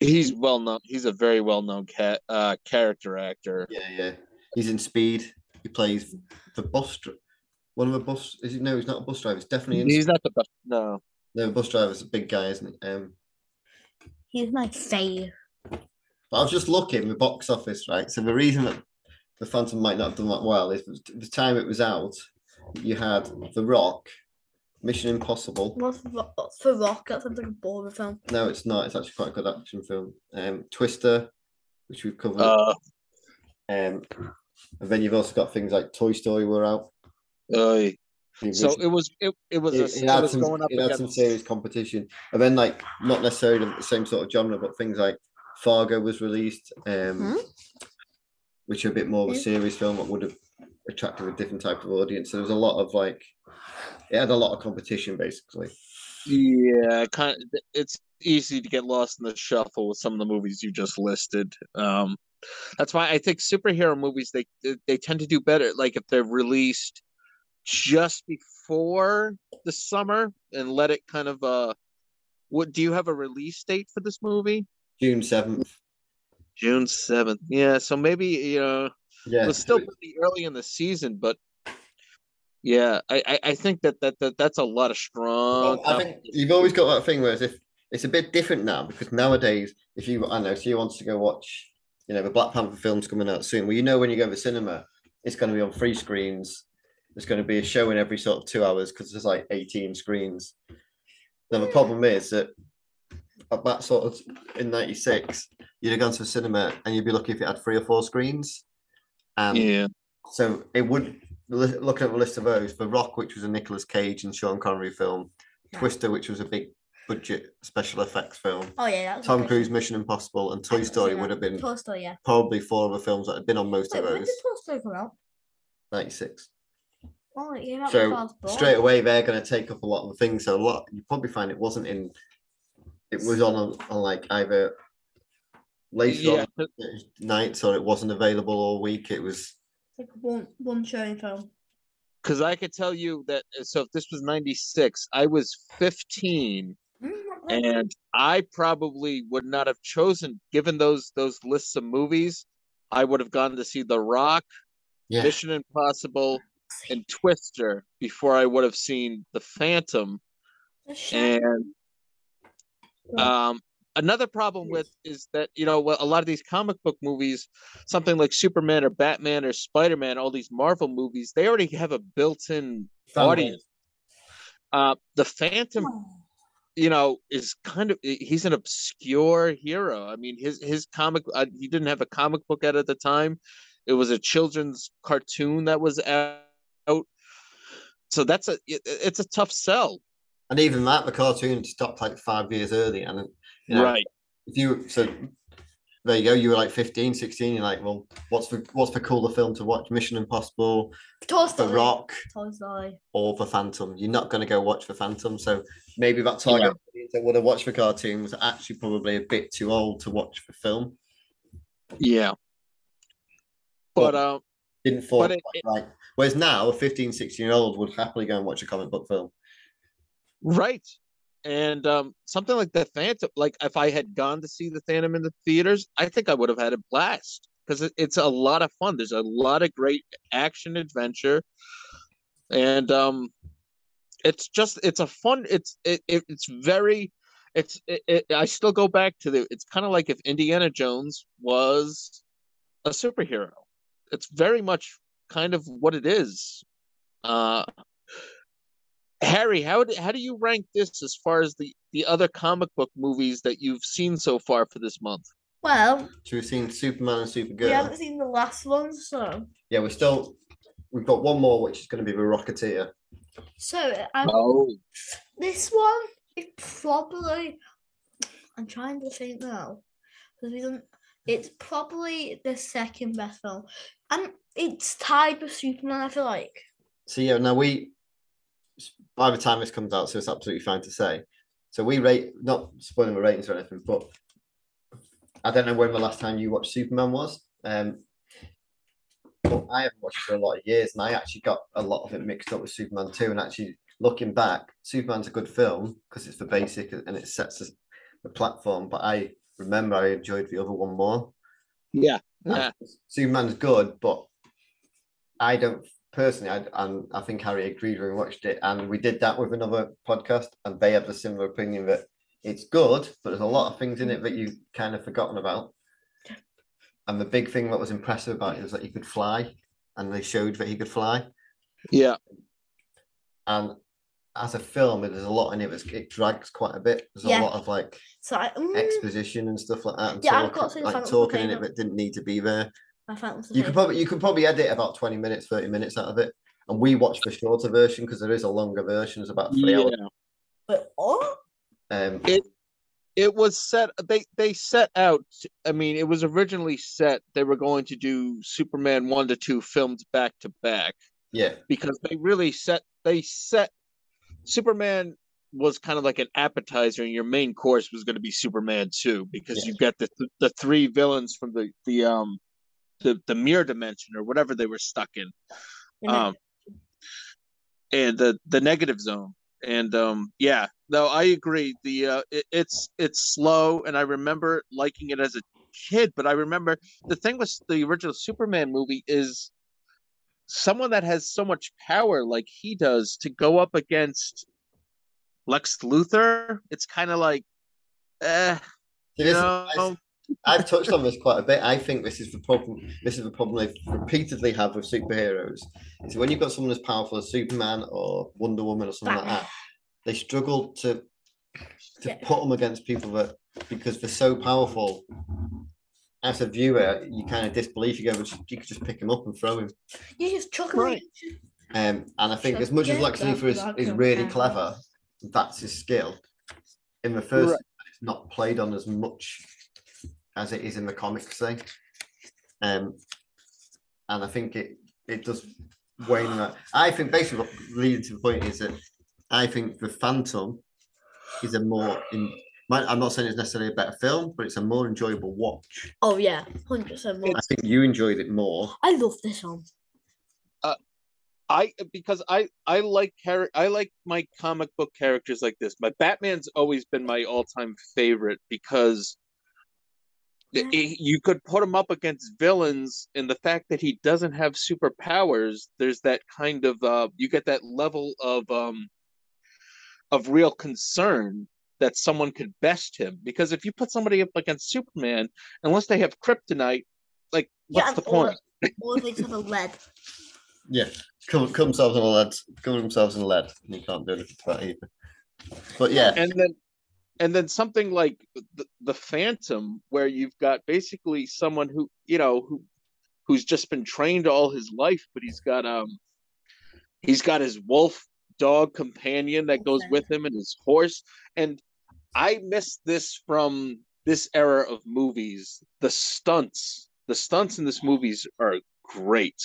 [SPEAKER 3] he's well known. He's a very well known cat uh character actor.
[SPEAKER 2] yeah, yeah. He's in Speed. He plays the bus, dr- one of the bus, is he, no, he's not a bus driver. He's definitely in
[SPEAKER 3] He's not the best. No,
[SPEAKER 2] No, the bus driver's a big guy, isn't he? Um,
[SPEAKER 1] He's my fave.
[SPEAKER 2] but I was just looking the box office, right? So the reason that the Phantom might not have done that well is the time it was out, you had The Rock, Mission Impossible.
[SPEAKER 1] What's Ro- what's for Rock? That sounds like a boring film.
[SPEAKER 2] No, it's not. It's actually quite a good action film. Um, Twister, which we've covered.
[SPEAKER 3] uh,
[SPEAKER 2] um, and then you've also got things like Toy Story were out.
[SPEAKER 3] uh,
[SPEAKER 2] the
[SPEAKER 3] so
[SPEAKER 2] original-
[SPEAKER 3] it was it, it was a,
[SPEAKER 2] it,
[SPEAKER 3] it,
[SPEAKER 2] it had
[SPEAKER 3] was
[SPEAKER 2] some,
[SPEAKER 3] going up
[SPEAKER 2] it had some
[SPEAKER 3] against
[SPEAKER 2] serious competition. And then, like, not necessarily the same sort of genre, but things like Fargo was released, um,
[SPEAKER 1] Hmm?
[SPEAKER 2] which are a bit more of a
[SPEAKER 1] Yeah.
[SPEAKER 2] serious film that would have attracted a different type of audience. So there was a lot of like, it had a lot of competition basically.
[SPEAKER 3] yeah, kind of, it's easy to get lost in the shuffle with some of the movies you just listed. Um, that's why I think superhero movies they they- they tend to do better like if they're released just before the summer and let it kind of uh what do you have a release date for this movie?
[SPEAKER 2] June seventh,
[SPEAKER 3] June 7th. Yeah, so maybe you know
[SPEAKER 2] yeah,
[SPEAKER 3] it's still pretty early in the season, but yeah, I, I, I think that, that that that's a lot of strong.
[SPEAKER 2] Well, I think Oh, you've always got that thing whereas if it's a bit different now because nowadays, if you I don't know, if you wanted to go watch, you know, the Black Panther film's coming out soon. Well, you know, when you go to the cinema, it's going to be on three screens. There's going to be a show in every sort of two hours because there's like 18 screens. Now the problem is that at that sort of in '96, you'd have gone to a cinema and you'd be lucky if it had three or four screens. And
[SPEAKER 3] yeah,
[SPEAKER 2] so it would li- looking at the list of those, The Rock, which was a Nicolas Cage and Sean Connery film,
[SPEAKER 1] Yeah.
[SPEAKER 2] Twister, which was a big budget special effects film,
[SPEAKER 1] Oh, yeah, that was a
[SPEAKER 2] Tom
[SPEAKER 1] great-
[SPEAKER 2] Cruise Mission Impossible, and
[SPEAKER 1] I
[SPEAKER 2] Toy
[SPEAKER 1] haven't
[SPEAKER 2] Story
[SPEAKER 1] seen
[SPEAKER 2] would
[SPEAKER 1] that.
[SPEAKER 2] have been
[SPEAKER 1] Toy Story, yeah.
[SPEAKER 2] probably four of the films that had been on most
[SPEAKER 1] Wait,
[SPEAKER 2] of
[SPEAKER 1] when did
[SPEAKER 2] those.
[SPEAKER 1] Toy Story come out?
[SPEAKER 2] Ninety six.
[SPEAKER 1] Oh, it came out before I
[SPEAKER 2] So
[SPEAKER 1] was born.
[SPEAKER 2] straight away they're going to take up a lot of the things. So a lot you probably find it wasn't in. It was on a, on like either later
[SPEAKER 3] yeah, but
[SPEAKER 2] on nights or it wasn't available all week. It was
[SPEAKER 1] Like one one showing film.
[SPEAKER 3] because I could tell you that. uh, So if this was '96, I was 15,
[SPEAKER 1] Mm, not bad.
[SPEAKER 3] and I probably would not have chosen. Given those those lists of movies, I would have gone to see The Rock,
[SPEAKER 2] yeah.
[SPEAKER 3] Mission Impossible, and Twister before I would have seen The Phantom.
[SPEAKER 1] The Shadow.
[SPEAKER 3] And um, another problem with is that you know well, a lot of these comic book movies, something like Superman or Batman or Spider Man, all these Marvel movies, they already have a built-in audience. Uh, the Phantom, you know, is kind of he- he's an obscure hero. I mean, his his comic uh, he didn't have a comic book out at the time. It was a children's cartoon that was out. So that's a it- it's a tough sell
[SPEAKER 2] And even that, the cartoon stopped like five years early. And you know,
[SPEAKER 3] Right.
[SPEAKER 2] if you so there you go, you were like 15, 16, you're like, well, what's the what's the cooler film to watch? Mission Impossible,
[SPEAKER 1] Toy
[SPEAKER 2] The
[SPEAKER 1] Story.
[SPEAKER 2] Rock,
[SPEAKER 1] Toy Story.
[SPEAKER 2] or The Phantom. You're not gonna go watch The Phantom. So maybe that target audience that would have watched the cartoon was actually probably a bit too old to watch the film.
[SPEAKER 3] Yeah. But um,
[SPEAKER 2] Didn't fall
[SPEAKER 3] But it-
[SPEAKER 2] quite
[SPEAKER 3] it-
[SPEAKER 2] right. Whereas now a 15, 16 year old would happily go and watch a comic book film.
[SPEAKER 3] Right. And um, something like the Phantom, like if I had gone to see the Phantom in the theaters, I think I would have had a blast because it, it's a lot of fun. There's a lot of great action adventure, and um, it's just it's a fun. It's it, it it's very, it's it, it, I still go back to the. It's kind of like if Indiana Jones was a superhero. It's very much kind of what it is. Uh, Harry, how do, how do you rank this as far as the, the other comic book movies that you've seen so far for this month?
[SPEAKER 1] Well,
[SPEAKER 2] So we've seen Superman and Supergirl.
[SPEAKER 1] we haven't seen the last one, so
[SPEAKER 2] yeah, we're still we've got one more, which is going to be the Rocketeer.
[SPEAKER 1] so um,
[SPEAKER 3] Oh,
[SPEAKER 1] this one is probably. I'm trying to think now because we don't. It's probably the second best film, and it's tied with Superman. I feel like.
[SPEAKER 2] So yeah, now we by the time this comes out, so it's absolutely fine to say. So we rate not spoiling the ratings or anything, but I don't know when the last time you watched Superman was. Um, but I haven't watched it for a lot of years, and I actually got a lot of it mixed up with Superman too. And actually, looking back, Superman's a good film because it's the basic and it sets the- the platform. But I remember I enjoyed the other one more.
[SPEAKER 3] yeah.
[SPEAKER 2] Yeah. Superman's good, but I don't personally. I and I think Harry agreed when we watched it, and we did that with another podcast, and they had the similar opinion that it's good, but there's a lot of things in it that you've kind of forgotten about. And the big thing that was impressive about it was that he could fly, and they showed that he could fly.
[SPEAKER 3] [LAUGHS] Yeah.
[SPEAKER 2] And as a film, there's a lot in it. that's- It drags quite a bit. There's
[SPEAKER 1] Yeah.
[SPEAKER 2] a lot of like
[SPEAKER 1] So I, mm,
[SPEAKER 2] exposition and stuff like that. And
[SPEAKER 1] Yeah, I've
[SPEAKER 2] talk,
[SPEAKER 1] got to say the
[SPEAKER 2] like
[SPEAKER 1] final
[SPEAKER 2] talking in it
[SPEAKER 1] potato.
[SPEAKER 2] that didn't need to be there.
[SPEAKER 1] my final.
[SPEAKER 2] You could probably you could probably edit about twenty minutes, thirty minutes out of it. And we watch the shorter version because there is a longer version. It's about three
[SPEAKER 3] yeah.
[SPEAKER 2] hours.
[SPEAKER 1] But oh,
[SPEAKER 2] Um,
[SPEAKER 3] It- It was set, they, they set out, I mean, it was originally set, they were going to do Superman 1 to 2 filmed back to back
[SPEAKER 2] yeah,
[SPEAKER 3] because they really set, they set, Superman was kind of like an appetizer and your main course was going to be Superman 2 because
[SPEAKER 2] Yes.
[SPEAKER 3] you've got the, the three villains from the, the, um, the, the mirror dimension or whatever they were stuck in.
[SPEAKER 1] you know,
[SPEAKER 3] um and the the negative zone and um yeah no i agree the uh it, it's it's slow and i remember liking it as a kid but i remember the thing with the original superman movie is someone that has so much power like he does to go up against lex luthor it's kind of like eh,
[SPEAKER 2] See,
[SPEAKER 3] you
[SPEAKER 2] this- I-
[SPEAKER 3] know,
[SPEAKER 2] I've touched on this quite a bit. I think this is the problem. This is the problem they repeatedly have with superheroes. Is when you've got someone as powerful as Superman or Wonder Woman or something like
[SPEAKER 1] Batman.
[SPEAKER 2] that, they struggle to to
[SPEAKER 1] Yeah.
[SPEAKER 2] put them against people that because they're so powerful. As a viewer, you kind of disbelief. You go, "Well, you could just pick him up and throw him.
[SPEAKER 1] you just chuck
[SPEAKER 3] Right.
[SPEAKER 1] right.
[SPEAKER 2] Um, and I think
[SPEAKER 1] Sure.
[SPEAKER 2] as much as
[SPEAKER 1] Yeah,
[SPEAKER 2] Lex
[SPEAKER 1] that's
[SPEAKER 2] Luthor is,
[SPEAKER 1] what I
[SPEAKER 2] is
[SPEAKER 1] feel,
[SPEAKER 2] really
[SPEAKER 1] yeah.
[SPEAKER 2] clever, that's his skill. In the first,
[SPEAKER 3] Right.
[SPEAKER 2] it's not played on as much as it is in the comics, say. Um, and I think it it does wane on that. I think basically what leading to the point is that I think the Phantom is a more in. My, I'm not saying it's necessarily a better film, but it's a more enjoyable watch.
[SPEAKER 1] Oh yeah, hundred percent.
[SPEAKER 2] I think you enjoyed it more.
[SPEAKER 1] I love this one.
[SPEAKER 3] I because I I like char- I like my comic book characters like this. My Batman's always been my all time favorite because th-
[SPEAKER 1] Yeah.
[SPEAKER 3] he- you could put him up against villains, and the fact that he doesn't have superpowers, there's that kind of uh, you get that level of um of real concern that someone could best him. Because if you put somebody up against Superman, unless they have kryptonite, like what's
[SPEAKER 1] and
[SPEAKER 3] the
[SPEAKER 1] all
[SPEAKER 3] point?
[SPEAKER 1] the- All things have a lead.
[SPEAKER 2] Yeah, cover, cover themselves in lead, cover themselves in lead, and you can't do anything to that either. But yeah,
[SPEAKER 3] and then and then something like the, the phantom where you've got basically someone who you know who who's just been trained all his life but he's got um he's got his wolf dog companion that goes with him and his horse. And I miss this from this era of movies. The stunts, the stunts in this movies are great.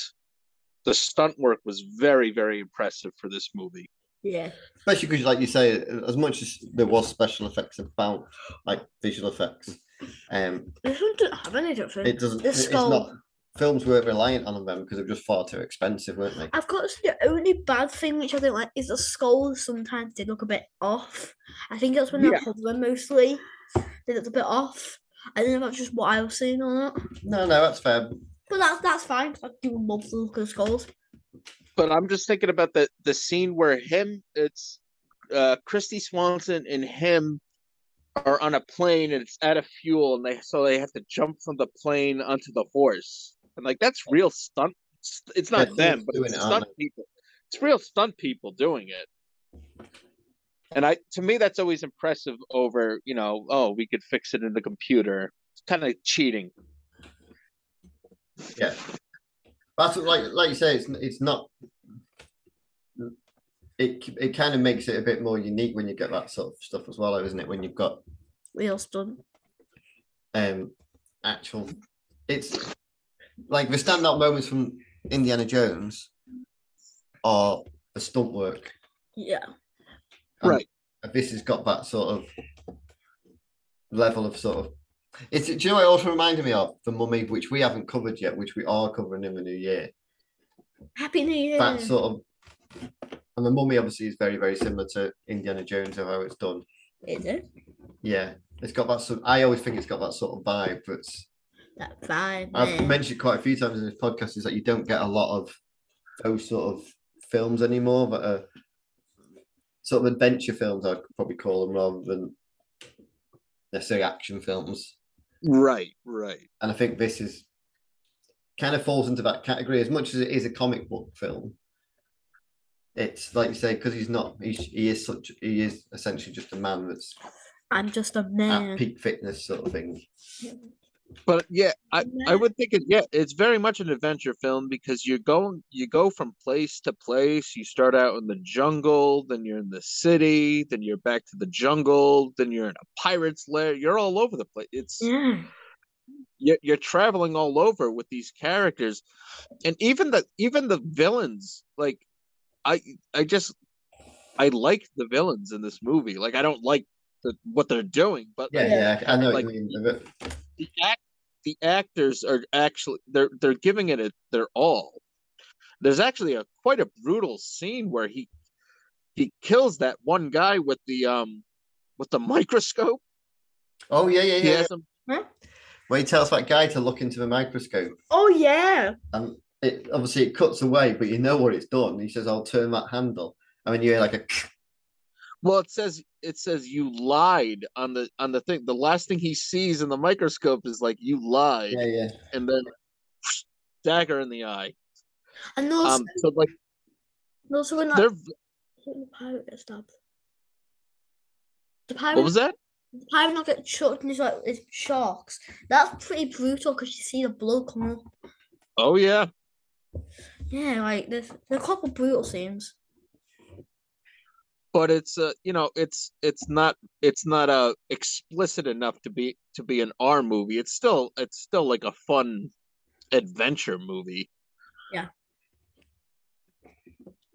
[SPEAKER 3] The stunt work was very, very impressive for this movie.
[SPEAKER 1] Yeah.
[SPEAKER 2] Especially because, like you say, as much as there was special effects about, like visual effects, um,
[SPEAKER 1] This one didn't have any, I don't think.
[SPEAKER 2] it doesn't.
[SPEAKER 1] This
[SPEAKER 2] it's
[SPEAKER 1] skull.
[SPEAKER 2] not. Films weren't reliant on them because they were just far too expensive, weren't they?
[SPEAKER 1] I've got to say the only bad thing which I don't like is the skull sometimes did look a bit off. I think that's when
[SPEAKER 3] Yeah.
[SPEAKER 1] they're hovering mostly. They looked a bit off. I don't know if that's just what I was seeing or not.
[SPEAKER 2] No, no, that's fair.
[SPEAKER 1] But that's that's fine. 'cause I do love the look of skulls.
[SPEAKER 3] But I'm just thinking about the the scene where him, it's uh, Christy Swanson and him are on a plane and it's out of fuel, and they so they have to jump from the plane onto the horse, and like that's real stunt. st- It's not
[SPEAKER 2] They're
[SPEAKER 3] them, but
[SPEAKER 2] doing
[SPEAKER 3] it's
[SPEAKER 2] it, aren't
[SPEAKER 3] stunt people. It's real stunt people doing it. And I, to me, that's always impressive. Over you know, oh, we could fix it in the computer. It's kind of cheating.
[SPEAKER 2] Yeah, that's what- like like you say. It's it's not. It it kind of makes it a bit more unique when you get that sort of stuff as well, though, isn't it? When you've got
[SPEAKER 1] Real stunt.
[SPEAKER 2] um actual, it's like the standout moments from Indiana Jones are the stunt work.
[SPEAKER 1] Yeah.
[SPEAKER 2] And
[SPEAKER 3] Right.
[SPEAKER 2] This has got that sort of level of sort of. It's, do you know what it also reminded me of? The Mummy, which we haven't covered yet, which we are covering in the new year.
[SPEAKER 1] Happy New Year.
[SPEAKER 2] that sort of and the mummy obviously is very very similar to indiana jones and how it's done
[SPEAKER 1] Is it?
[SPEAKER 2] yeah it's got that sort i always think it's got that sort of vibe but it's-
[SPEAKER 1] That vibe.
[SPEAKER 2] i've
[SPEAKER 1] man.
[SPEAKER 2] mentioned quite a few times in this podcast is that you don't get a lot of those sort of films anymore that are sort of adventure films i'd probably call them rather than necessarily action films
[SPEAKER 3] Right, right.
[SPEAKER 2] and i think this is kind of falls into that category as much as it is a comic book film it's like you say because he's not he's, he is such he is essentially just a man that's
[SPEAKER 1] I'm just a
[SPEAKER 2] at
[SPEAKER 1] man.
[SPEAKER 2] peak fitness sort of thing
[SPEAKER 3] But yeah, I, I
[SPEAKER 1] Man.
[SPEAKER 3] would think it yeah, it's very much an adventure film because you're going you go from place to place. You start out in the jungle, then you're in the city, then you're back to the jungle, then you're in a pirate's lair. You're all over the place. It's
[SPEAKER 1] Yeah.
[SPEAKER 3] you're, you're traveling all over with these characters and even the even the villains like i i just i like the villains in this movie like i don't like the, what they're doing but
[SPEAKER 2] yeah
[SPEAKER 3] like,
[SPEAKER 2] yeah, i know what
[SPEAKER 3] Like-
[SPEAKER 2] you mean but
[SPEAKER 3] the act the actors are actually they're they're giving it a, their all. There's actually a quite a brutal scene where he he kills that one guy with the um with the [LAUGHS] microscope.
[SPEAKER 2] oh yeah yeah
[SPEAKER 3] He
[SPEAKER 2] yeah, yeah.
[SPEAKER 3] has him-
[SPEAKER 2] where he tells that guy to look into the microscope
[SPEAKER 1] Oh yeah.
[SPEAKER 2] and it obviously it cuts away but you know what it's done he says i'll turn that handle i mean you're like a [LAUGHS]
[SPEAKER 3] well, it says it says you lied on the on the thing. The last thing he sees in the microscope is like you lied,
[SPEAKER 2] yeah yeah
[SPEAKER 3] and then [SNIFFS] dagger in the eye.
[SPEAKER 1] And also,
[SPEAKER 3] Um, so like
[SPEAKER 1] also when that
[SPEAKER 3] they're
[SPEAKER 1] the pirate gets stabbed. The
[SPEAKER 3] what
[SPEAKER 1] pirate
[SPEAKER 3] was that?
[SPEAKER 1] the pirate not get chucked and he's like it's sharks. That's pretty brutal because you see the blood come up.
[SPEAKER 3] Oh yeah,
[SPEAKER 1] Yeah, like there's, there's a couple brutal scenes.
[SPEAKER 3] but it's uh you know it's it's not it's not uh explicit enough to be to be an r movie it's still it's still like a fun adventure movie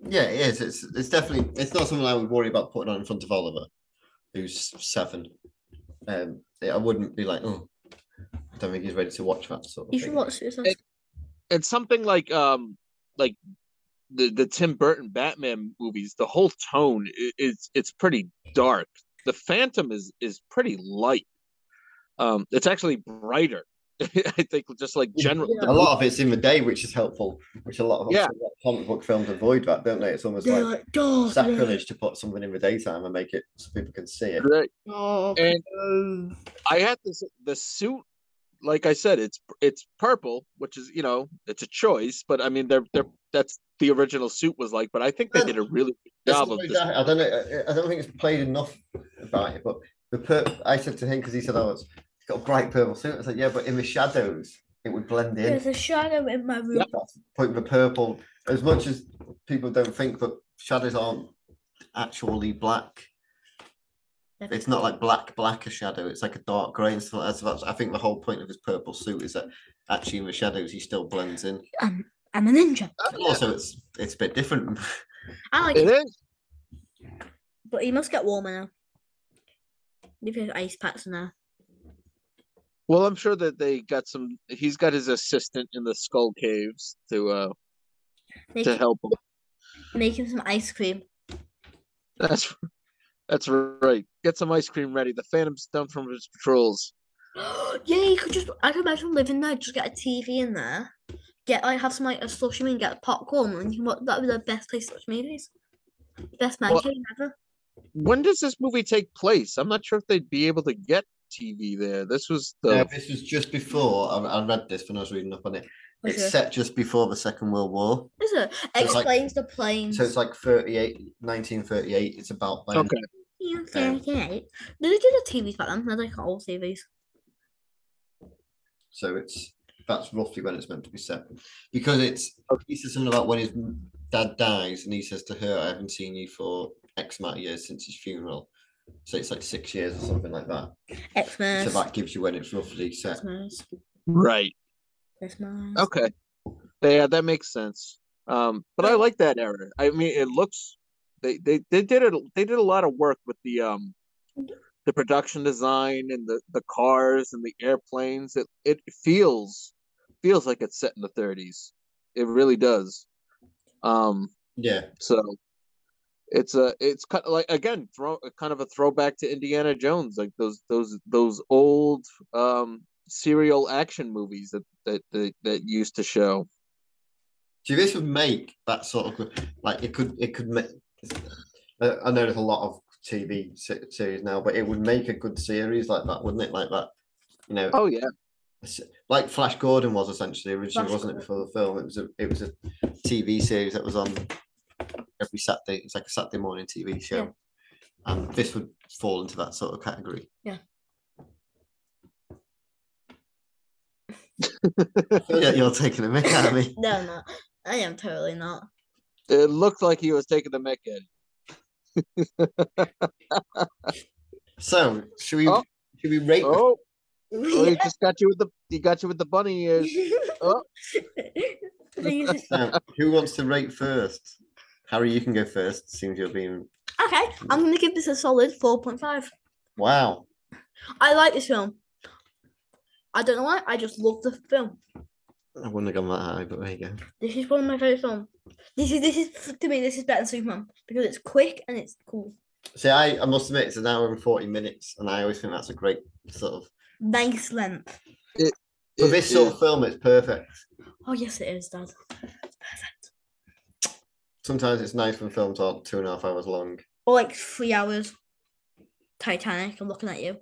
[SPEAKER 2] Yeah, it is. It's it's definitely it's not something I would worry about putting on in front of Oliver, who's seven. Um, I wouldn't be like, oh, I don't think he's ready to watch that sort of
[SPEAKER 1] You
[SPEAKER 2] thing.
[SPEAKER 1] should watch Suicide.
[SPEAKER 3] It- and something like um like the the tim burton batman movies the whole tone i- is it's pretty dark the phantom is is pretty light um it's actually brighter [LAUGHS] i think just like general
[SPEAKER 1] Yeah.
[SPEAKER 2] A lot of it's in the day, which is helpful. Which a lot of
[SPEAKER 3] Yeah.
[SPEAKER 2] a lot of comic book films avoid that, don't they? It's almost
[SPEAKER 1] They're
[SPEAKER 2] like
[SPEAKER 1] like, "Oh, God,
[SPEAKER 2] sacrilege to put something in the daytime and make it so people can see it.
[SPEAKER 3] the-
[SPEAKER 1] Oh,
[SPEAKER 3] And- I had this the suit. Like I said, it's it's purple, which is you know it's a choice, but I mean they're they're that's the original suit was like. But I think they did a really good
[SPEAKER 2] It's
[SPEAKER 3] job of
[SPEAKER 2] not
[SPEAKER 3] this.
[SPEAKER 2] exact- I don't know. I- I don't think it's played enough about it. But the per- I said to him because he said, "Oh, it's got a bright purple suit." I said, "Yeah, but in the shadows, it would blend in."
[SPEAKER 1] there's a shadow in my room.
[SPEAKER 2] That's putting the purple as much as people don't think that shadows aren't actually black. It's not like black, black a shadow. It's like a dark grey and stuff like that. So that's, I think the whole point of his purple suit is that actually in the shadows he still blends in.
[SPEAKER 1] I'm, I'm a ninja.
[SPEAKER 2] And also, it's it's a bit different.
[SPEAKER 1] I like
[SPEAKER 3] Oh, It
[SPEAKER 1] it,
[SPEAKER 3] is.
[SPEAKER 1] but he must get warmer now. If you have ice packs in there.
[SPEAKER 3] Well, I'm sure that they got some. He's got his assistant in the skull caves to uh
[SPEAKER 1] Make,
[SPEAKER 3] to help him.
[SPEAKER 1] make him some ice cream.
[SPEAKER 3] That's that's right. Get some ice cream ready. The Phantom's done from his patrols.
[SPEAKER 1] [GASPS] yeah, you could just I could imagine living there, just get a TV in there. Get like have some like a slush and get popcorn and you can watch that'd be the best place to watch movies. Best man
[SPEAKER 3] Well-
[SPEAKER 1] cave ever.
[SPEAKER 3] When does this movie take place? I'm not sure if they'd be able to get TV there. This was the
[SPEAKER 2] Yeah, this was just before I, I read this when I was reading up on it.
[SPEAKER 1] Is
[SPEAKER 2] It's
[SPEAKER 1] it?
[SPEAKER 2] set just before the Second World War.
[SPEAKER 1] Is it?
[SPEAKER 2] it's like-
[SPEAKER 1] Explains the planes.
[SPEAKER 2] So it's like 38, 1938. It's about when
[SPEAKER 3] okay.
[SPEAKER 1] Yeah,
[SPEAKER 2] um,
[SPEAKER 1] okay, okay. Did they do the TVs back then? They're like old TVs.
[SPEAKER 2] So it's that's roughly when it's meant to be set. Because it's he says something about when his m- dad dies and he says to her, I haven't seen you for X amount of years since his funeral. So it's like six years or something like that. So
[SPEAKER 1] Xmas.
[SPEAKER 2] that gives you when it's roughly set.
[SPEAKER 1] Xmas.
[SPEAKER 3] Right.
[SPEAKER 1] Christmas.
[SPEAKER 2] Oh.
[SPEAKER 3] Okay. Yeah, that makes sense. Um, but I like that era. I mean, it looks they they they did it. They did a lot of work with the um the production design and the the cars and the airplanes. It it feels feels like it's set in the 30s. It really does. Um,
[SPEAKER 2] Yeah.
[SPEAKER 3] so it's a it's kind of like again throw kind of a throwback to Indiana Jones, like those those those old um serial action movies that that that, that used to show.
[SPEAKER 2] So this would make that sort of like it could it could make I I know there's a lot of TV se- series now, but it would make a good series like that, wouldn't it? Like that, you know,
[SPEAKER 3] Oh yeah,
[SPEAKER 2] like Flash Gordon was essentially originally,
[SPEAKER 1] Flash
[SPEAKER 2] wasn't it, before
[SPEAKER 1] Gordon.
[SPEAKER 2] the film? It was a it was a TV series that was on every Saturday. It's like a Saturday morning TV show,
[SPEAKER 1] Yeah.
[SPEAKER 2] and this would fall into that sort of category.
[SPEAKER 1] Yeah.
[SPEAKER 2] [LAUGHS] yeah, you're taking a mick out of me.
[SPEAKER 1] No, I'm not. I am totally not.
[SPEAKER 3] it looked like he was taking the mech in.
[SPEAKER 2] So, should we
[SPEAKER 3] Oh.
[SPEAKER 2] should we rate? the-
[SPEAKER 3] Oh, oh,
[SPEAKER 1] [LAUGHS]
[SPEAKER 3] he just got you with the he got you with the bunny ears. Oh.
[SPEAKER 1] Please.
[SPEAKER 2] Now, who wants to rate first? Harry, you can go first. Seems you're being
[SPEAKER 1] Okay, I'm gonna give this a solid four point five.
[SPEAKER 2] wow.
[SPEAKER 1] I like this film. I don't know why. I just love the film.
[SPEAKER 2] I wouldn't have gone that high, but there you go.
[SPEAKER 1] This is one of my favorite films. This is this is to me. This is better than Superman because it's quick and it's cool.
[SPEAKER 2] See, I, I must admit it's an hour and forty minutes, and I always think that's a great sort of
[SPEAKER 1] Nice length.
[SPEAKER 2] for
[SPEAKER 3] It
[SPEAKER 2] this sort of
[SPEAKER 3] is-
[SPEAKER 2] film. It's perfect.
[SPEAKER 1] Oh yes, it is, Dad.
[SPEAKER 2] Sometimes it's nice when films are two and a half hours long.
[SPEAKER 1] Or like three hours. Titanic. I'm looking at you.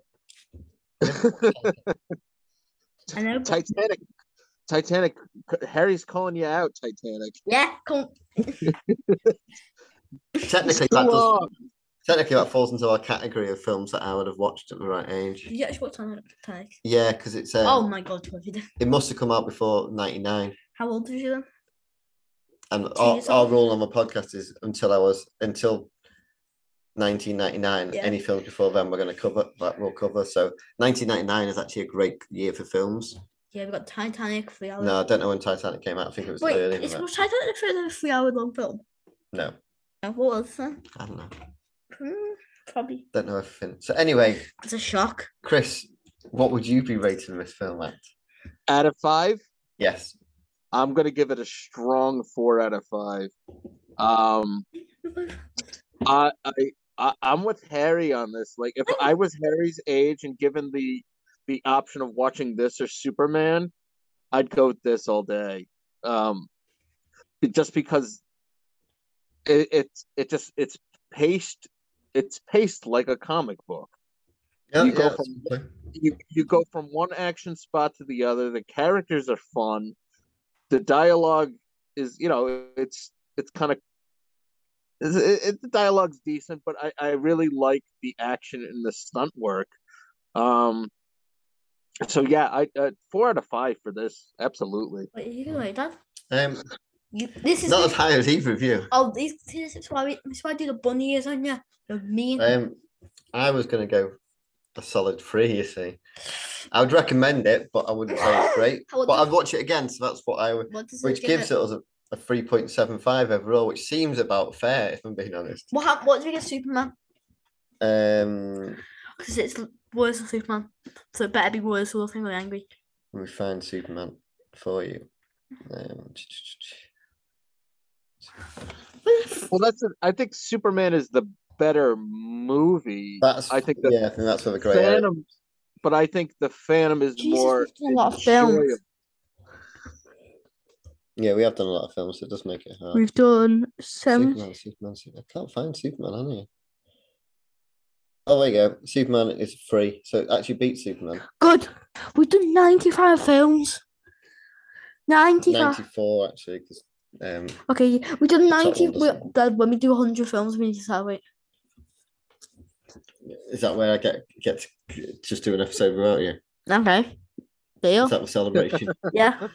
[SPEAKER 1] I know. but-
[SPEAKER 3] [LAUGHS] Titanic. Titanic. Harry's calling you out. Titanic.
[SPEAKER 1] yeah. Come.
[SPEAKER 2] Technically,
[SPEAKER 3] Go
[SPEAKER 2] that does,
[SPEAKER 3] on.
[SPEAKER 2] technically that falls into our category of films that I would have watched at the right age.
[SPEAKER 1] Did you actually watch Titanic?
[SPEAKER 2] Yeah, because it's um,
[SPEAKER 1] Oh my God, what have you done?
[SPEAKER 2] it must have come out before '99.
[SPEAKER 1] How old was you then?
[SPEAKER 2] And our,
[SPEAKER 1] years
[SPEAKER 2] our
[SPEAKER 1] old.
[SPEAKER 2] rule on my podcast is until I was until 1999,
[SPEAKER 1] Yeah.
[SPEAKER 2] any films before then we're going to cover that we'll cover. So 1999 is actually a great year for films.
[SPEAKER 1] Yeah, we got Titanic. Three hours.
[SPEAKER 2] No, I don't know when Titanic came out. I think it was
[SPEAKER 1] Wait,
[SPEAKER 2] earlier.
[SPEAKER 1] is,
[SPEAKER 2] Than that.
[SPEAKER 1] was Titanic a three-hour-long film?
[SPEAKER 2] No,
[SPEAKER 1] Uh, What was that?
[SPEAKER 2] I don't know.
[SPEAKER 1] Hmm, probably.
[SPEAKER 2] Don't know everything. So anyway,
[SPEAKER 1] It's a shock. [LAUGHS]
[SPEAKER 2] Chris, what would you be rating this film at?
[SPEAKER 3] Out of five.
[SPEAKER 2] Yes.
[SPEAKER 3] I'm gonna give it a strong four out of five. Um, I, I, I I'm with Harry on this. Like, if I was Harry's age and given the the option of watching this or Superman, I'd go with this all day. Um, be- just because it it's it just it's paced it's paced like a comic book
[SPEAKER 2] Yeah,
[SPEAKER 3] You go
[SPEAKER 2] yeah,
[SPEAKER 3] from-
[SPEAKER 2] that's fine.
[SPEAKER 3] you you go from one action spot to the other. The characters are fun. The dialogue is you know it's it's kind of it's, it, the dialogue's decent, but I I really like the action and the stunt work. Um, so yeah, I uh, four out of five for this. Absolutely.
[SPEAKER 1] Wait, you can wait, Dad.
[SPEAKER 2] Um,
[SPEAKER 1] You, this is
[SPEAKER 2] Not as high as either of you.
[SPEAKER 1] oh these see, this is why we, this is why I do the bunny ears on you. They're mean.
[SPEAKER 2] Um, I was going to go a solid three, you see. I would recommend it, but I wouldn't say it's great.
[SPEAKER 1] How- what
[SPEAKER 2] But
[SPEAKER 1] does-
[SPEAKER 2] I'd watch it again, so that's what I would.
[SPEAKER 1] what does
[SPEAKER 2] Which
[SPEAKER 1] it give
[SPEAKER 2] gives
[SPEAKER 1] it?
[SPEAKER 2] it us a, a 3.75 overall, which seems about fair, if I'm being honest.
[SPEAKER 1] What hap- what do we get Superman?
[SPEAKER 2] Um,
[SPEAKER 1] Because it's l- worse than Superman, so it better be worse. Or else I'm gonna be angry.
[SPEAKER 2] let me find Superman for you. Um,
[SPEAKER 3] Well, that's. it. I think Superman is the better movie.
[SPEAKER 2] that's
[SPEAKER 3] I think that's
[SPEAKER 2] yeah, I think that's where the great. area-
[SPEAKER 3] Phantom, but I think the Phantom is
[SPEAKER 1] Jesus,
[SPEAKER 3] more.
[SPEAKER 1] we've done a lot of films.
[SPEAKER 3] enjoyable.
[SPEAKER 2] Yeah, we have done a lot of films, so it does make it hard.
[SPEAKER 1] We've done
[SPEAKER 2] Superman, Superman, Superman. I can't find Superman, have you? Oh, there you go. Superman is free, so it actually beats Superman.
[SPEAKER 1] Good. We've done ninety-five films. Ninety-five.
[SPEAKER 2] 94, actually, because um,
[SPEAKER 1] Okay, we've done
[SPEAKER 2] Top
[SPEAKER 1] ninety.
[SPEAKER 2] one,
[SPEAKER 1] We,
[SPEAKER 2] doesn't
[SPEAKER 1] Dad, when we do hundred films, we need to celebrate.
[SPEAKER 2] is that where I get get to just do an episode without you?
[SPEAKER 1] Okay, deal.
[SPEAKER 2] Is that the
[SPEAKER 1] [LAUGHS]
[SPEAKER 2] celebration?
[SPEAKER 1] yeah.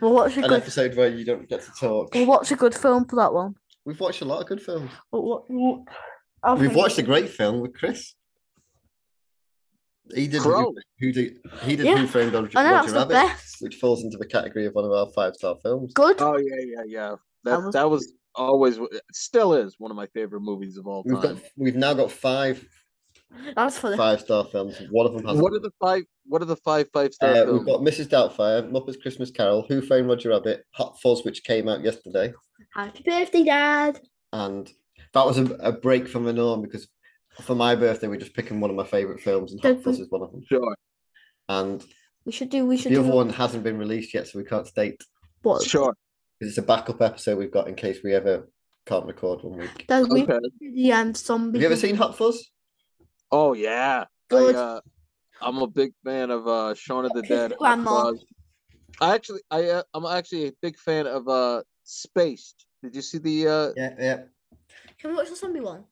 [SPEAKER 1] Well, what's a
[SPEAKER 2] an
[SPEAKER 1] good?
[SPEAKER 2] episode where you don't get to talk.
[SPEAKER 1] Well, what's a good film for that one?
[SPEAKER 2] We've watched a lot of good films.
[SPEAKER 1] What? what, what I'll
[SPEAKER 2] We've
[SPEAKER 1] think-
[SPEAKER 2] watched a great film with Chris. He did
[SPEAKER 3] Crow.
[SPEAKER 2] who, who did he did
[SPEAKER 1] Yeah.
[SPEAKER 2] Who Framed Roger,
[SPEAKER 1] I know that
[SPEAKER 2] Roger
[SPEAKER 1] was the
[SPEAKER 2] Rabbit,
[SPEAKER 1] best.
[SPEAKER 2] which falls into the category of one of our five star films.
[SPEAKER 1] Good.
[SPEAKER 3] Oh yeah, yeah, yeah. That
[SPEAKER 1] was-
[SPEAKER 3] that was always still is one of my favorite movies of all
[SPEAKER 2] We've
[SPEAKER 3] time.
[SPEAKER 2] got we've now got five
[SPEAKER 1] That's for the.
[SPEAKER 2] five star films. One of them has
[SPEAKER 3] What are the five? What are the five five star
[SPEAKER 2] uh, we've
[SPEAKER 3] films?
[SPEAKER 2] got Mrs. Doubtfire, Muppets Christmas Carol, Who Framed Roger Rabbit, Hot Fuzz, which came out yesterday,
[SPEAKER 1] Happy birthday, Dad.
[SPEAKER 2] and that was a, a break from the norm because for my birthday we're just picking one of my favorite films, and Hot
[SPEAKER 1] Don't
[SPEAKER 2] Fuzz
[SPEAKER 1] we-
[SPEAKER 2] is one of them.
[SPEAKER 3] Sure,
[SPEAKER 2] And
[SPEAKER 1] We should do. We should
[SPEAKER 2] the
[SPEAKER 1] do.
[SPEAKER 2] other one hasn't been released yet, so we can't state.
[SPEAKER 1] What?
[SPEAKER 3] sure.
[SPEAKER 2] It's a backup episode we've got in case we ever can't record one week.
[SPEAKER 1] Dad, we
[SPEAKER 3] Okay.
[SPEAKER 1] should do the um zombie.
[SPEAKER 2] Have you ever
[SPEAKER 1] thing.
[SPEAKER 2] seen Hot Fuzz?
[SPEAKER 3] Oh yeah. I,
[SPEAKER 1] Good.
[SPEAKER 3] uh, I'm a big fan of uh, Shaun of the
[SPEAKER 1] His
[SPEAKER 3] Dead.
[SPEAKER 1] grandma.
[SPEAKER 3] Claus. I actually, I uh, I'm actually a big fan of uh, Spaced. Did you see the? Uh,
[SPEAKER 2] Yeah, yeah.
[SPEAKER 1] Can we watch the zombie one?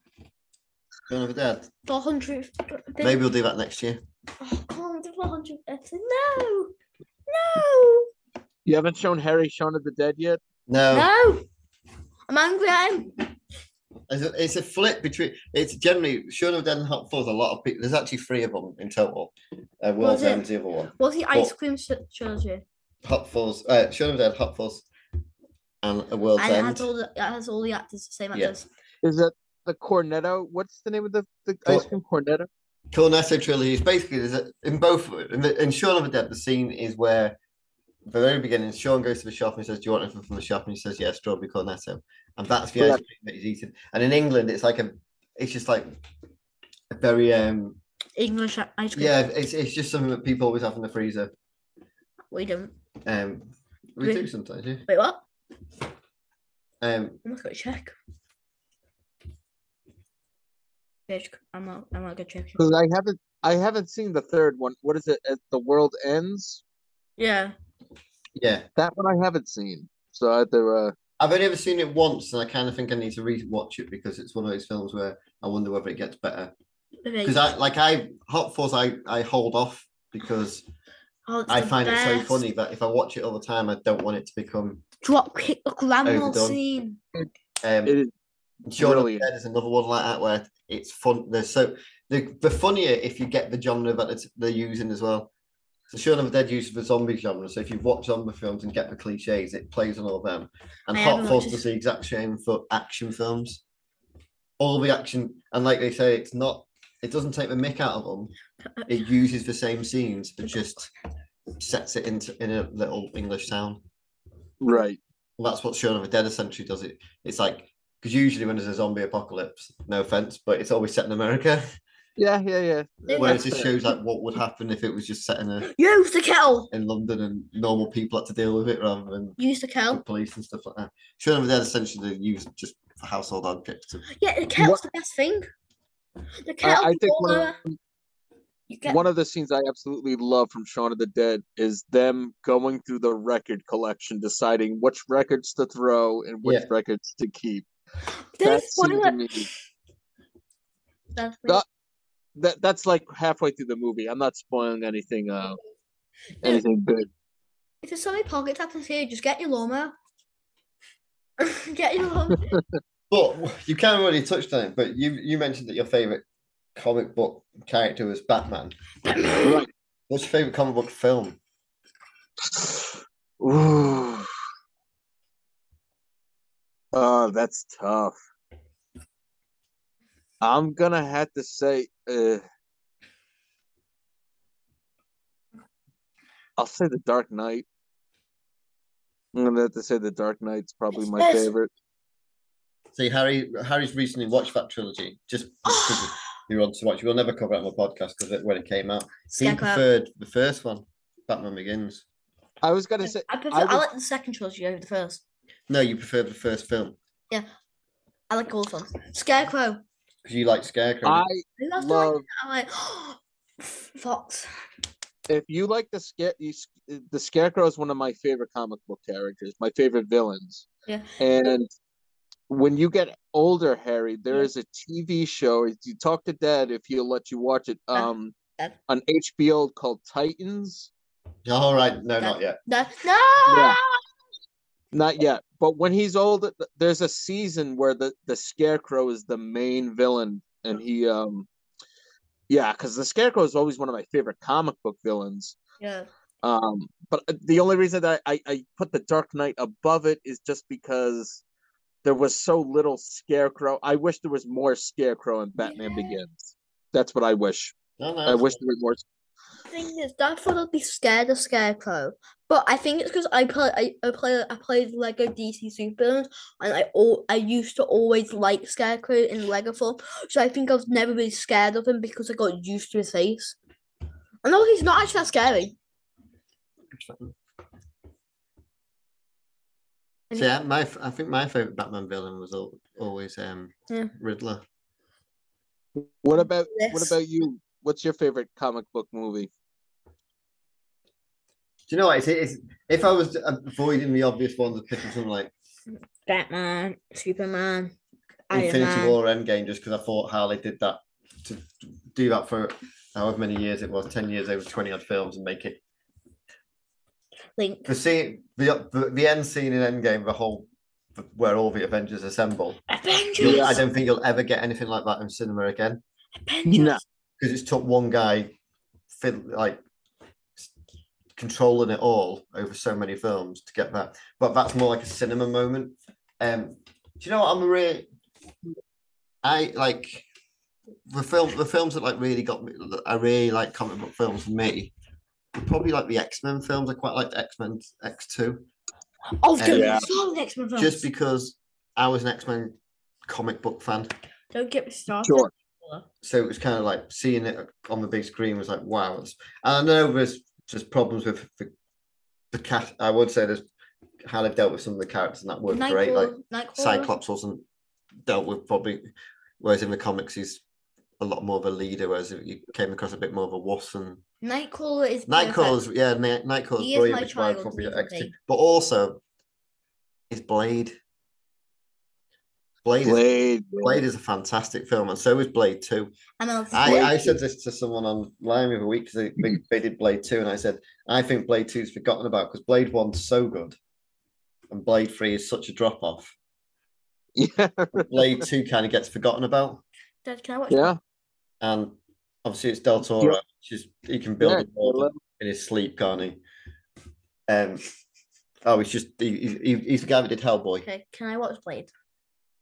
[SPEAKER 2] Shaun of the Dead.
[SPEAKER 1] The hundredth.
[SPEAKER 2] Maybe we'll do that next year.
[SPEAKER 1] Oh, can't do the hundredth episode. No. No.
[SPEAKER 3] you haven't shown Harry Shaun of the Dead yet.
[SPEAKER 2] No,
[SPEAKER 1] No. I'm angry at him.
[SPEAKER 2] It's, a, it's a flip between. It's generally Shaun of the Dead and Hot Fuzz. A lot of people. There's actually three of them in total. Uh, World's
[SPEAKER 1] Was it-
[SPEAKER 2] End's the other one.
[SPEAKER 1] What's the ice
[SPEAKER 2] What?
[SPEAKER 1] cream sh- trilogy?
[SPEAKER 2] Hot Fuzz. Uh, Shaun of the Dead, Hot Fuzz, and a World's
[SPEAKER 1] And it
[SPEAKER 2] End.
[SPEAKER 1] has all the it has all the actors, the same
[SPEAKER 2] Yeah.
[SPEAKER 1] actors.
[SPEAKER 3] Is that the Cornetto? What's the name of the, the
[SPEAKER 2] Cor-
[SPEAKER 3] ice cream Cornetto?
[SPEAKER 2] Cornetto trilogy is basically there's a, in both in, the, in Shaun of the Dead the scene is where the very beginning Sean goes to the shop and he says, "Do you want anything from the shop?" and he says, "Yeah, strawberry cornetto," and that's the ice
[SPEAKER 3] Correct.
[SPEAKER 2] cream that he's eating. And in England, it's like a, it's just like a very um
[SPEAKER 1] English a- ice cream.
[SPEAKER 2] yeah, it's it's just something that people always have in the freezer.
[SPEAKER 1] We don't.
[SPEAKER 2] Um, we
[SPEAKER 1] Really?
[SPEAKER 2] do sometimes, yeah.
[SPEAKER 1] Wait, what?
[SPEAKER 2] Um,
[SPEAKER 1] I'm not gonna check. Bitch, I'm not. I'm not gonna check. it.
[SPEAKER 3] Because I haven't, I haven't seen the third one. What is it? As the world ends.
[SPEAKER 1] Yeah.
[SPEAKER 2] yeah,
[SPEAKER 3] That one I haven't seen. So I had to. Uh,
[SPEAKER 2] I've only ever seen it once, and I kind of think I need to rewatch it because it's one of those films where I wonder whether it gets better.
[SPEAKER 1] Okay.
[SPEAKER 2] because I like I Hot Fuzz I I hold off because
[SPEAKER 1] Oh, it's
[SPEAKER 2] I
[SPEAKER 1] the
[SPEAKER 2] find it so
[SPEAKER 1] best.
[SPEAKER 2] funny that if I watch it all the time I don't want it to become
[SPEAKER 1] Drop kick the grandma
[SPEAKER 2] Overdone.
[SPEAKER 1] scene.
[SPEAKER 2] um
[SPEAKER 3] it is
[SPEAKER 2] Shaun of the
[SPEAKER 3] brilliant.
[SPEAKER 2] Dead is another one like that where it's fun there's so the the funnier if you get the genre that it's, they're using as well. So Shaun of the Dead uses the zombie genre. So if you've watched zombie films and get the cliches, it plays on all of them. And
[SPEAKER 1] I
[SPEAKER 2] Hot
[SPEAKER 1] haven't
[SPEAKER 2] Fuzz
[SPEAKER 1] watched-
[SPEAKER 2] does the exact same for action films. All the action and like they say, it's not it doesn't take the mick out of them.
[SPEAKER 1] uh,
[SPEAKER 2] it uses the same scenes but just sets it into in a little English town.
[SPEAKER 3] right.
[SPEAKER 2] And that's what Shaun of the Dead essentially does. It it's like because usually when there's a zombie apocalypse, no offense, but it's always set in America.
[SPEAKER 3] Yeah, yeah, yeah.
[SPEAKER 1] Yeah,
[SPEAKER 2] Whereas
[SPEAKER 3] that's
[SPEAKER 2] this
[SPEAKER 3] fair.
[SPEAKER 2] shows like what would happen if it was just set in a,
[SPEAKER 1] Use the kettle.
[SPEAKER 2] in London and normal people had to deal with it rather than
[SPEAKER 1] Use the
[SPEAKER 2] the
[SPEAKER 1] kettle.
[SPEAKER 2] police and stuff like that. Shaun of the Dead essentially use just household objects.
[SPEAKER 1] Yeah, the kettle's the best thing. The kettle.
[SPEAKER 3] I, I think
[SPEAKER 1] before
[SPEAKER 3] one of,
[SPEAKER 1] the- you get-
[SPEAKER 3] one of the scenes I absolutely love from Shaun of the Dead is them going through the record collection, deciding which records to throw and which
[SPEAKER 2] Yeah.
[SPEAKER 3] records to keep.
[SPEAKER 1] Did I
[SPEAKER 3] That scene
[SPEAKER 1] spoil
[SPEAKER 3] to
[SPEAKER 1] it?
[SPEAKER 3] me-
[SPEAKER 1] That's me.
[SPEAKER 3] That- that that's like halfway through the movie. I'm not spoiling anything. Uh,
[SPEAKER 1] Yeah.
[SPEAKER 3] anything good.
[SPEAKER 1] If there's so many pockets happens here, just get your lawnmower. [LAUGHS] Get your
[SPEAKER 3] [LAUGHS]
[SPEAKER 1] own.
[SPEAKER 2] But you kind of already touched on it, but you you mentioned that your favorite comic book character was Batman.
[SPEAKER 3] Right.
[SPEAKER 2] What's your favorite comic book film?
[SPEAKER 3] Ooh. Oh, that's tough. I'm gonna have to say, uh, I'll say the Dark Knight. I'm gonna have to say the Dark Knight's probably my
[SPEAKER 1] Yes.
[SPEAKER 3] favorite.
[SPEAKER 2] See, Harry Harry's recently watched that trilogy just because you're on so much. We'll never cover it on the podcast because it, when it came out, he
[SPEAKER 1] Scarecrow.
[SPEAKER 2] preferred the first one, Batman Begins.
[SPEAKER 3] I was gonna say
[SPEAKER 1] I prefer.
[SPEAKER 3] I
[SPEAKER 1] I,
[SPEAKER 3] would-
[SPEAKER 1] like the second trilogy over the first.
[SPEAKER 2] No, you preferred the first film
[SPEAKER 1] I like all of them. Scarecrow.
[SPEAKER 2] because you like Scarecrow.
[SPEAKER 3] I
[SPEAKER 1] I love. the way-
[SPEAKER 3] love
[SPEAKER 1] I'm like, [GASPS] Fox.
[SPEAKER 3] if you like the scare you s- the scarecrow is one of my favorite comic book characters my favorite villains
[SPEAKER 1] Yeah.
[SPEAKER 3] and when you get older harry there
[SPEAKER 1] Yeah.
[SPEAKER 3] is a tv show if you talk to dad if he'll let you watch it
[SPEAKER 1] Uh-huh. Yeah.
[SPEAKER 3] um
[SPEAKER 1] Dad.
[SPEAKER 3] on hbo called titans
[SPEAKER 2] All right, no, not yet.
[SPEAKER 1] No. No.
[SPEAKER 3] Yeah. not yet but when he's old th- there's a season where the the scarecrow is the main villain and he um yeah because the scarecrow is always one of my favorite comic book villains
[SPEAKER 1] Yeah.
[SPEAKER 3] Um, but uh, the only reason that I, I put the Dark Knight above it is just because there was so little Scarecrow. I wish there was more Scarecrow in Batman
[SPEAKER 1] Yeah.
[SPEAKER 3] Begins. That's what I wish.
[SPEAKER 2] No, no,
[SPEAKER 3] I wish there was more.
[SPEAKER 1] thing is, Dad thought I'd be scared of Scarecrow, but I think it's because I play, I, I play, I played Lego DC Supervillains, and I all I used to always like Scarecrow in Lego form, so I think I was never really scared of him because I got used to his face. And no, he's not actually that scary.
[SPEAKER 2] So, yeah, my f- I think my favorite Batman villain was al- always um
[SPEAKER 1] Yeah.
[SPEAKER 2] Riddler.
[SPEAKER 3] What about what
[SPEAKER 1] Yes.
[SPEAKER 3] about you? What's your favorite comic book movie?
[SPEAKER 2] [LAUGHS] Do you know what? It's, it's, if I was uh, avoiding the obvious ones and picking something like
[SPEAKER 1] Batman, Superman, Iron
[SPEAKER 2] Infinity
[SPEAKER 1] Man.
[SPEAKER 2] War Endgame, just because I thought how they did that to do that for however many years it was 10 years over 20 odd films and make it
[SPEAKER 1] Link.
[SPEAKER 2] the scene, the, the, the end scene in Endgame, the whole where all the Avengers assemble.
[SPEAKER 1] Avengers.
[SPEAKER 2] You'll- I don't think you'll ever get anything like that in cinema again
[SPEAKER 1] Avengers.
[SPEAKER 3] No.
[SPEAKER 2] because it's took one guy, fidd- like s- controlling it all over so many films to get that. But that's more like a cinema moment. Um, do you know what I'm really? I like the film. The films that like really got me. I really like comic book films. For me, probably like the X Men films. I quite liked X Men X Two.
[SPEAKER 1] Oh, dude,
[SPEAKER 3] Yeah.
[SPEAKER 1] saw the next one.
[SPEAKER 2] just because I was an X Men comic book fan,
[SPEAKER 1] don't get me started.
[SPEAKER 3] Sure.
[SPEAKER 2] so it was kind of like seeing it on the big screen was like wow. It's, and I know there's just problems with the, the cat. I would say there's how they've dealt with some of the characters, and that worked great. Like
[SPEAKER 1] Nightcrawler. Nightcrawler.
[SPEAKER 2] Cyclops wasn't dealt with probably, whereas in the comics he's a lot more of a leader, whereas you came across a bit more of a wuss and
[SPEAKER 1] Nightcrawler is perfect.
[SPEAKER 2] Nightcrawler's yeah, Night- Nightcrawler's
[SPEAKER 1] He is
[SPEAKER 2] brilliant,
[SPEAKER 1] my
[SPEAKER 2] which is why I'd
[SPEAKER 1] child,
[SPEAKER 2] probably
[SPEAKER 1] he's
[SPEAKER 2] at X2.
[SPEAKER 1] okay.
[SPEAKER 2] But also, is Blade. Blade, Is,
[SPEAKER 3] Blade.
[SPEAKER 2] Blade is a fantastic film, and so is Blade Two.
[SPEAKER 1] I'm in love with
[SPEAKER 2] I,
[SPEAKER 1] Blade.
[SPEAKER 2] I said this to someone online the other week because they, they did Blade 2, and I said, I think Blade 2 is forgotten about because Blade 1's so good, and Blade 3 is such a drop off.
[SPEAKER 3] [LAUGHS] Yeah.
[SPEAKER 2] Blade 2 kind of gets forgotten about,
[SPEAKER 1] Dad, can I watch?
[SPEAKER 3] Yeah.
[SPEAKER 2] and obviously it's Del Toro. She's, he can [LAUGHS] build
[SPEAKER 3] yeah,
[SPEAKER 2] a world in his sleep, can't he? Um, oh, he's just he, he, he- he's the guy that did Hellboy.
[SPEAKER 1] Okay, can I watch Blade?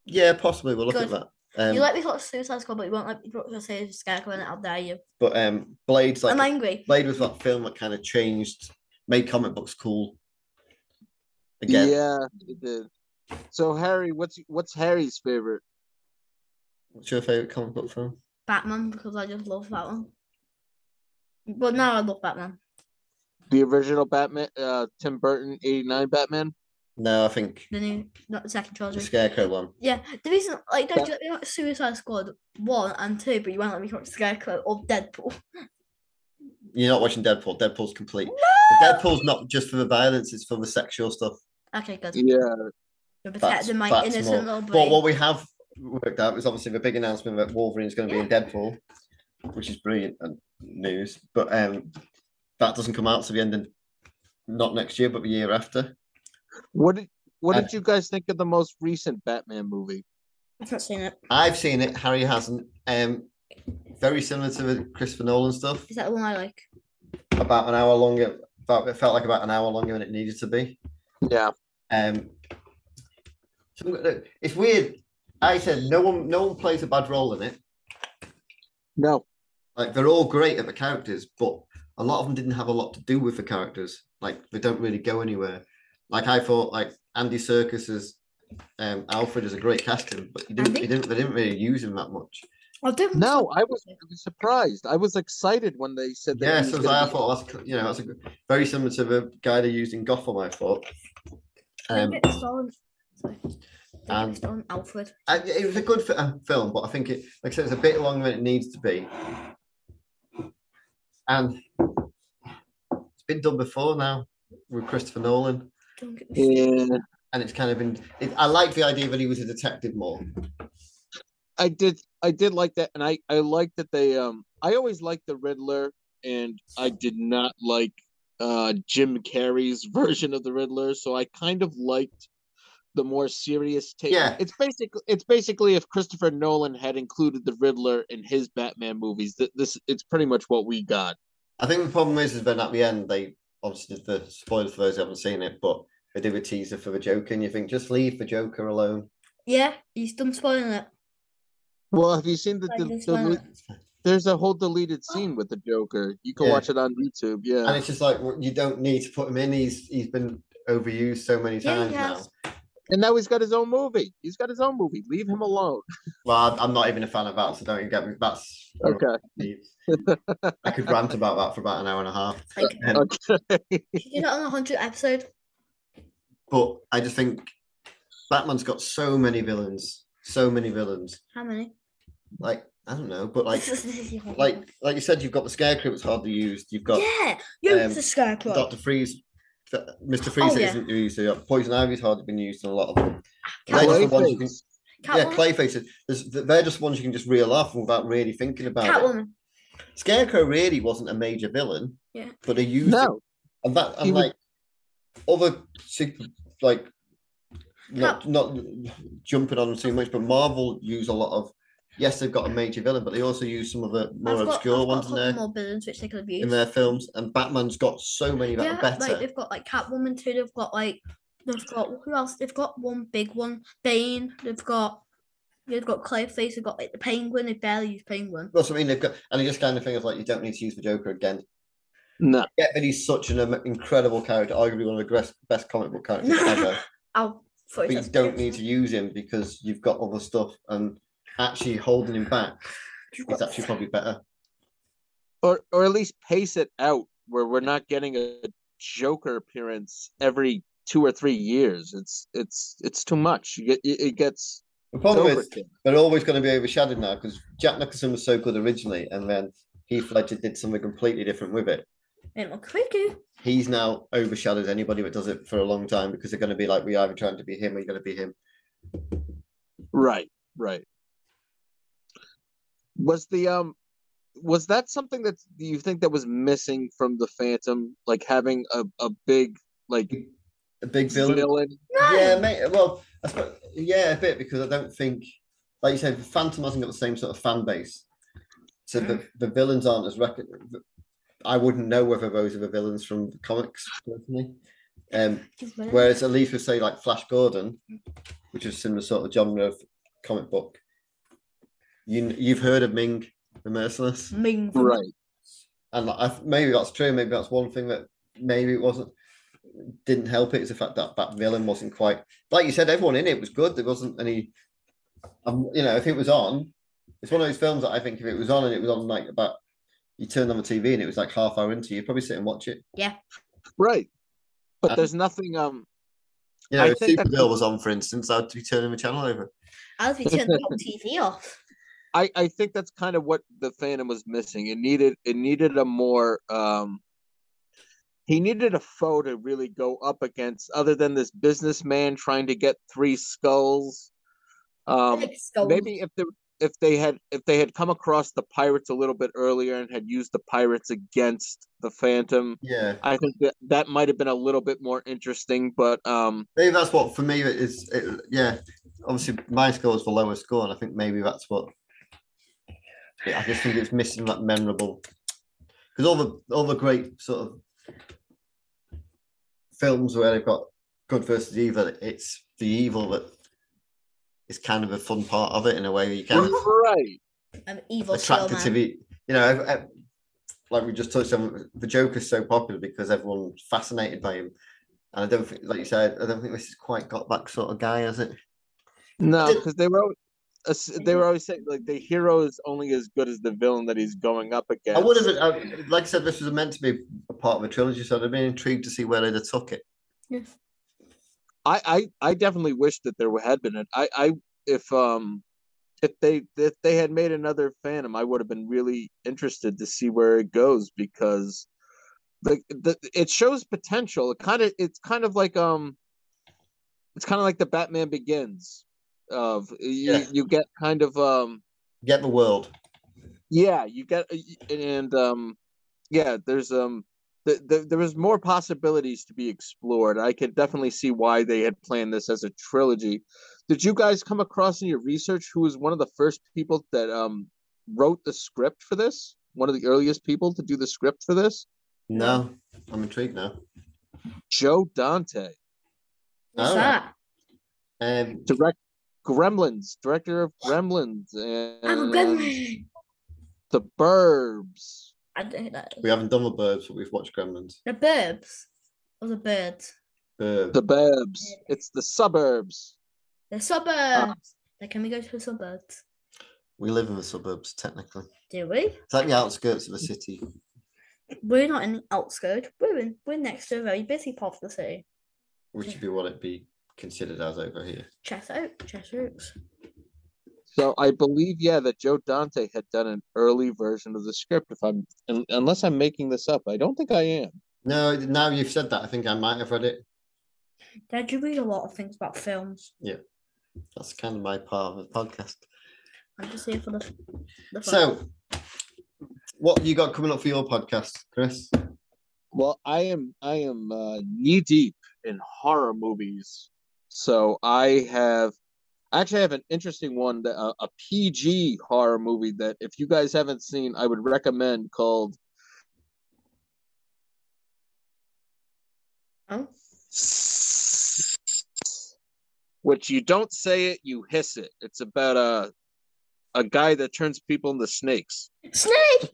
[SPEAKER 2] Yeah, possibly. We'll look
[SPEAKER 1] Good.
[SPEAKER 2] at that. Um,
[SPEAKER 1] you let me watch Suicide Squad, but you won't let me watch say Scarecrow, and I'll dare you.
[SPEAKER 2] but um, Blade's like
[SPEAKER 1] I'm angry.
[SPEAKER 2] Blade was that film that kind of changed, made comic books cool.
[SPEAKER 3] yeah.
[SPEAKER 2] Again,
[SPEAKER 3] it did. So Harry, what's what's Harry's favorite?
[SPEAKER 2] what's your favorite comic book film?
[SPEAKER 1] Batman, because I just love that one. But now I love Batman.
[SPEAKER 3] The original Batman, uh, Tim Burton, eighty nine Batman.
[SPEAKER 2] No, I think
[SPEAKER 1] The new, not the second
[SPEAKER 2] the
[SPEAKER 1] trilogy.
[SPEAKER 2] Scarecrow one.
[SPEAKER 1] Yeah, the reason, like, Dad, you let me watch Suicide Squad 1 and 2, but you won't let me watch Scarecrow or Deadpool.
[SPEAKER 2] You're not watching Deadpool. Deadpool's complete. Deadpool's not just for the violence; it's for the sexual stuff.
[SPEAKER 1] Okay, good.
[SPEAKER 3] Yeah,
[SPEAKER 1] You're
[SPEAKER 2] That's-
[SPEAKER 1] protecting my
[SPEAKER 2] that's
[SPEAKER 1] innocent
[SPEAKER 2] more-
[SPEAKER 1] little brain.
[SPEAKER 2] But what we have worked out is obviously the big announcement that Wolverine's going to be in Deadpool, which is brilliant and news. But um, that doesn't come out to the end of not next year, but the year after.
[SPEAKER 3] What did What
[SPEAKER 7] Uh,
[SPEAKER 3] did you guys think of the most recent Batman movie?
[SPEAKER 1] I've not seen it.
[SPEAKER 2] I've seen it. Harry hasn't. Um, very similar to the Christopher Nolan stuff.
[SPEAKER 1] Is that the one I like?
[SPEAKER 2] About an hour longer. About it felt like about an hour longer than it needed to be.
[SPEAKER 3] Yeah,
[SPEAKER 2] Um, some- it's weird. I said no one, no one plays a bad role in it.
[SPEAKER 3] no,
[SPEAKER 2] Like they're all great at the characters, but a lot of them didn't have a lot to do with the characters. Like they don't really go anywhere. Like I thought, like Andy Circus as um, Alfred is a great casting, but he didn't,
[SPEAKER 1] Andy?
[SPEAKER 2] he didn't, they didn't really use him that much.
[SPEAKER 1] I don't.
[SPEAKER 3] no. I was really surprised. I was excited when they said that.
[SPEAKER 2] Yeah,
[SPEAKER 3] he
[SPEAKER 2] so
[SPEAKER 3] was
[SPEAKER 2] I
[SPEAKER 3] gonna be-
[SPEAKER 2] thought that's c- you know that's a, good- very similar to the guy they used in Gotham. I thought. Um,
[SPEAKER 1] Think it's on- sorry. Think
[SPEAKER 2] um,
[SPEAKER 1] it's on Alfred.
[SPEAKER 2] I, it was a good fi- uh, film, but I think it, like I said, it's a bit longer than it needs to be. And it's been done before now with Christopher Nolan,
[SPEAKER 1] Don't get me.
[SPEAKER 3] Yeah,
[SPEAKER 2] and it's kind of been. It, I like the idea that he was a detective more.
[SPEAKER 3] I did. I did like that, and I I liked that they. Um, I always liked the Riddler, and I did not like uh Jim Carrey's [LAUGHS] version of the Riddler. So I kind of liked the more serious take.
[SPEAKER 2] Yeah.
[SPEAKER 3] it's basically it's basically if Christopher Nolan had included the Riddler in his Batman movies, th- this it's pretty much what we got.
[SPEAKER 2] I think the problem is, is then at the end they obviously did the spoiler for those who haven't seen it, but they do a teaser for the Joker, and you think just leave the Joker alone.
[SPEAKER 1] Yeah, he's done spoiling it.
[SPEAKER 3] Well, have you seen the,
[SPEAKER 1] Like,
[SPEAKER 3] the,
[SPEAKER 1] he's
[SPEAKER 3] the
[SPEAKER 1] spoiling
[SPEAKER 3] le-
[SPEAKER 1] it.
[SPEAKER 3] there's a whole deleted scene with the Joker. You can
[SPEAKER 2] Yeah.
[SPEAKER 3] watch it on YouTube.
[SPEAKER 2] and
[SPEAKER 3] Yeah,
[SPEAKER 2] it's just like well, you don't need to put him in. He's he's been overused so many
[SPEAKER 1] Yeah,
[SPEAKER 2] times
[SPEAKER 1] he
[SPEAKER 2] now.
[SPEAKER 1] has.
[SPEAKER 3] and now he's got his own movie. He's got his own movie. Leave him alone.
[SPEAKER 2] Well, I'm- I'm not even a fan of that, so don't even get me. That's
[SPEAKER 3] Okay.
[SPEAKER 2] I could rant about that for about an hour and a half,
[SPEAKER 1] Like,
[SPEAKER 2] Um,
[SPEAKER 3] Okay.
[SPEAKER 1] he did that on a hundred episode.
[SPEAKER 2] but I just think Batman's got so many villains, so many villains.
[SPEAKER 1] How many?
[SPEAKER 2] Like I don't know, but
[SPEAKER 1] [LAUGHS]
[SPEAKER 2] like
[SPEAKER 1] Yeah.
[SPEAKER 2] like like you said, you've got the Scarecrow, it's hardly used. You've got
[SPEAKER 1] yeah, you're
[SPEAKER 2] um,
[SPEAKER 1] the scarecrow.
[SPEAKER 2] Doctor Freeze. Mr. Freeze
[SPEAKER 1] Oh, yeah.
[SPEAKER 2] isn't used. So you've got Poison Ivy's hardly been used in a lot of them. They're just the
[SPEAKER 1] Catwoman.
[SPEAKER 2] ones you can-
[SPEAKER 3] Clayface.
[SPEAKER 2] yeah,
[SPEAKER 1] Catwoman.
[SPEAKER 2] Clayface. There's, they're just ones you can just reel off without really thinking about. it.
[SPEAKER 1] Catwoman.
[SPEAKER 2] Scarecrow really wasn't a major villain.
[SPEAKER 1] Yeah.
[SPEAKER 2] But they used him.
[SPEAKER 3] No,
[SPEAKER 2] and that
[SPEAKER 3] he
[SPEAKER 2] and
[SPEAKER 3] was-
[SPEAKER 2] like other super like not not jumping on them too much, but Marvel use a lot of yes, they've got a major villain, but they also use some of the more
[SPEAKER 1] I've got-
[SPEAKER 2] obscure
[SPEAKER 1] I've got
[SPEAKER 2] ones
[SPEAKER 1] a
[SPEAKER 2] in
[SPEAKER 1] couple
[SPEAKER 2] their
[SPEAKER 1] more villains which they could have used.
[SPEAKER 2] in their films. And Batman's got so many that
[SPEAKER 1] yeah,
[SPEAKER 2] are better.
[SPEAKER 1] like they've got like Catwoman too. They've got like they've got who else? They've got one big one, Bane. They've got they've got Clayface. They've got like the Penguin. They barely use Penguin.
[SPEAKER 2] That's what I mean. They've got, and it just kind of thing is like you don't need to use the Joker again.
[SPEAKER 3] no.
[SPEAKER 2] Yeah, but he's such an um, incredible character, arguably one of the best, best comic book characters ever.
[SPEAKER 1] Oh, sorry,
[SPEAKER 2] but you
[SPEAKER 1] that's
[SPEAKER 2] don't
[SPEAKER 1] Penguin.
[SPEAKER 2] need to use him because you've got other stuff, and actually holding him back
[SPEAKER 1] You've
[SPEAKER 2] is
[SPEAKER 1] got-
[SPEAKER 2] actually probably better.
[SPEAKER 3] Or or at least pace it out where we're not getting a Joker appearance every two or three years. It's it's it's too much. You get it it gets
[SPEAKER 2] The problem is
[SPEAKER 3] overkill.
[SPEAKER 2] they're always going to be overshadowed now because Jack Nicholson was so good originally, and then Heath Ledger did something completely different with it.
[SPEAKER 1] And look, Riku.
[SPEAKER 2] He's now overshadowed anybody that does it for a long time because they're going to be like, we are either trying to be him or you're going to be him.
[SPEAKER 3] Right, right. Was the um was that something that do you think that was missing from the Phantom? Like having a, a big like
[SPEAKER 2] A big villain.
[SPEAKER 3] villain?
[SPEAKER 1] No.
[SPEAKER 2] Yeah, mate. Well, I suppose, yeah, a bit because I don't think, like you said, Phantom hasn't got the same sort of fan base, so the, the villains aren't as rec- I wouldn't know whether those are the villains from the comics personally. Um,
[SPEAKER 1] Just wait.
[SPEAKER 2] Whereas at least with say like Flash Gordon, which is similar sort of genre of comic book, you you've heard of Ming the Merciless,
[SPEAKER 1] Ming.
[SPEAKER 3] Right.
[SPEAKER 2] and like, I, th- maybe that's true. Maybe that's one thing that maybe it wasn't didn't help it is the fact that that villain wasn't quite like you said. Everyone in it was good. There wasn't any, um, you know, if it was on, it's one of those films that I think if it was on and it was on like about you turned on the TV and it was like half hour into, you'd probably sit and watch it.
[SPEAKER 3] Right. But
[SPEAKER 2] Um,
[SPEAKER 3] there's nothing um
[SPEAKER 2] You
[SPEAKER 3] I
[SPEAKER 2] know, if
[SPEAKER 3] think that's-
[SPEAKER 2] Supergirl was on, for instance, I'd be turning the channel over.
[SPEAKER 1] I'll be turning the TV off.
[SPEAKER 3] I I think that's kind of what the Phantom was missing. It needed it needed a more um he needed a foe to really go up against other than this businessman trying to get three skulls. Um
[SPEAKER 1] Like, skulls.
[SPEAKER 3] maybe if there if they had if they had come across the pirates a little bit earlier and had used the pirates against the Phantom,
[SPEAKER 2] Yeah,
[SPEAKER 3] I think that that might have been a little bit more interesting. But um,
[SPEAKER 2] maybe that's what for me is. It, yeah, obviously my score is the lowest score, and I think maybe that's what. I just think it's missing that memorable, because all the all the great sort of films where they've got good versus evil, it's the evil that is kind of a fun part of it in a way that you kind of
[SPEAKER 3] right,
[SPEAKER 1] I'm evil
[SPEAKER 2] attracted
[SPEAKER 1] Sailman.
[SPEAKER 2] to be, you know, ev- ev- like we just touched on, the Joker's so popular because everyone's fascinated by him. And I don't think, like you said, I don't think this has quite got that sort of guy, has it?
[SPEAKER 3] no, because they were. always- uh, s- They were always saying like the hero is only as good as the villain that he's going up against.
[SPEAKER 2] I would have, I, like I said, this was meant to be a part of a trilogy, so I'd have been intrigued to see where they'd have took it.
[SPEAKER 3] I, I I definitely wish that there had been an I I if um if they if they had made another Phantom, I would have been really interested to see where it goes because like the, it shows potential. It kind of it's kind of like um it's kind of like the Batman Begins of you,
[SPEAKER 2] Yeah.
[SPEAKER 3] you get kind of um
[SPEAKER 2] Get the world.
[SPEAKER 3] yeah you get uh, and um yeah there's um th- th- there was more possibilities to be explored i could definitely see why they had planned this as a trilogy did you guys come across in your research who was one of the first people that um wrote the script for this one of the earliest people to do the script for this
[SPEAKER 2] No, I'm intrigued now.
[SPEAKER 3] joe dante
[SPEAKER 1] What's
[SPEAKER 2] All right.
[SPEAKER 1] that?
[SPEAKER 2] Um,
[SPEAKER 3] direct gremlins director of gremlins and
[SPEAKER 1] I'm a gremlin.
[SPEAKER 3] the burbs
[SPEAKER 1] I don't know that.
[SPEAKER 2] we haven't done the Burbs, but we've watched Gremlins.
[SPEAKER 1] The burbs or the birds?
[SPEAKER 2] Burbs.
[SPEAKER 3] the burbs it's the suburbs
[SPEAKER 1] The suburbs. Like, can we go to the suburbs?
[SPEAKER 2] We live in the suburbs, technically.
[SPEAKER 1] Do we?
[SPEAKER 2] It's like the outskirts of the city.
[SPEAKER 1] We're not in the outskirts. We're in, we're next to a very busy part of the city.
[SPEAKER 2] which would be what it'd be considered as over here.
[SPEAKER 1] Chess out, chess roots.
[SPEAKER 3] So I believe, yeah, that Joe Dante had done an early version of the script. If I'm, un- unless I'm making this up, I don't think I am.
[SPEAKER 2] No, now you've said that, I think I might have read it.
[SPEAKER 1] Dad, you read a lot of things about films.
[SPEAKER 2] That's kind of my part of the podcast.
[SPEAKER 1] I'm just here for the. the fun.
[SPEAKER 2] So, what have you got coming up for your podcast, Chris?
[SPEAKER 3] Well, I am, I am uh, knee deep in horror movies. So I have, actually, I have an interesting one, that, uh, a PG horror movie that if you guys haven't seen, I would recommend called
[SPEAKER 1] Oh,
[SPEAKER 3] which you don't say it, you hiss it. It's about a a guy that turns people into snakes.
[SPEAKER 1] Snake!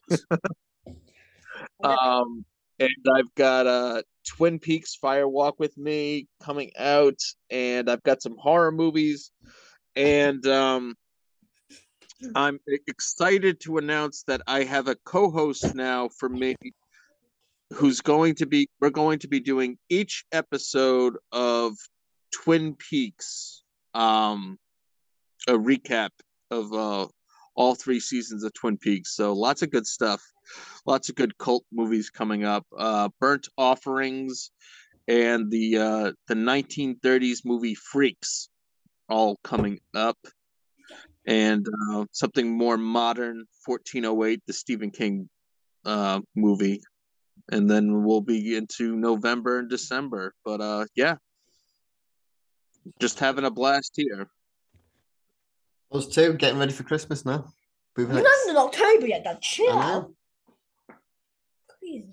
[SPEAKER 3] Um, and I've got uh Twin Peaks Fire Walk with Me coming out, and I've got some horror movies, and um, I'm e- excited to announce that I have a co-host now for me, who's going to be we're going to be doing each episode of Twin Peaks, um, a recap of uh all three seasons of Twin Peaks. So lots of good stuff lots of good cult movies coming up. Uh, Burnt Offerings and the uh, the 1930s movie Freaks, all coming up, and uh, something more modern, 1408, the Stephen King uh, movie, and then we'll be into November and December. But uh, yeah, just having a blast here.
[SPEAKER 2] Us two getting ready for Christmas now. We've
[SPEAKER 1] We're not in October yet, Dad. Chill
[SPEAKER 2] I
[SPEAKER 1] out.
[SPEAKER 2] know.
[SPEAKER 1] Crazy.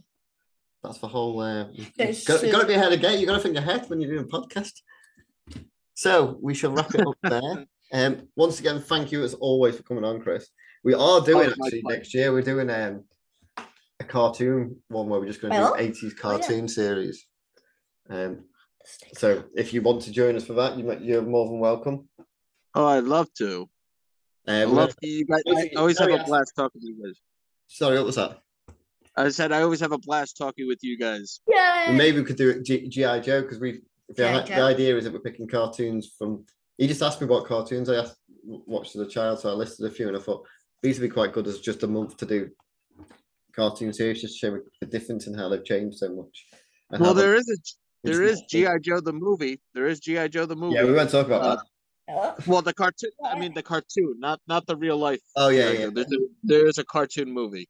[SPEAKER 2] That's the whole. Uh,
[SPEAKER 1] There's
[SPEAKER 2] got,
[SPEAKER 1] so-
[SPEAKER 2] got to be ahead of game. You got to think ahead when you're doing a podcast. So we shall wrap
[SPEAKER 1] [LAUGHS]
[SPEAKER 2] it up there. Um, once again, thank you as always for coming on, Chris. We are doing
[SPEAKER 3] Oh, my
[SPEAKER 2] actually
[SPEAKER 3] pleasure.
[SPEAKER 2] next year. We're doing um, a cartoon one where we're just going to
[SPEAKER 1] Well,
[SPEAKER 2] do an 80s
[SPEAKER 1] oh, yeah.
[SPEAKER 2] cartoon series. Um,
[SPEAKER 1] Snake.
[SPEAKER 2] so if you want to join us for that, you, might- you're more than welcome.
[SPEAKER 3] Oh, I'd love to. I
[SPEAKER 2] Um,
[SPEAKER 3] love oh, you guys. I
[SPEAKER 2] Lucy,
[SPEAKER 3] always have
[SPEAKER 2] Zoe
[SPEAKER 3] a
[SPEAKER 2] asked-
[SPEAKER 3] blast talking to you guys.
[SPEAKER 2] Sorry, what was that?
[SPEAKER 3] I said I always have a blast talking with you guys.
[SPEAKER 1] Yay!
[SPEAKER 2] Well, maybe we could do it G- GI Joe because we the,
[SPEAKER 1] G.I.
[SPEAKER 2] i- the
[SPEAKER 1] Um, Joe.
[SPEAKER 2] idea is that we're picking cartoons from. He just asked me what cartoons I asked, watched as a child, so I listed a few, and I thought these would be quite good as just a month to do cartoon series, just to show the difference in how they've changed so much. and
[SPEAKER 3] Well,
[SPEAKER 2] how they-
[SPEAKER 3] there is a
[SPEAKER 2] it's
[SPEAKER 3] there is
[SPEAKER 2] not-
[SPEAKER 3] GI Joe the movie. There is GI Joe the movie.
[SPEAKER 2] Yeah, we won't talk about
[SPEAKER 3] Uh,
[SPEAKER 2] that.
[SPEAKER 1] Yeah.
[SPEAKER 3] Well, the cartoon. I mean, the cartoon, not not the real life.
[SPEAKER 2] Oh yeah, yeah.
[SPEAKER 3] version. There's a, there's a cartoon movie.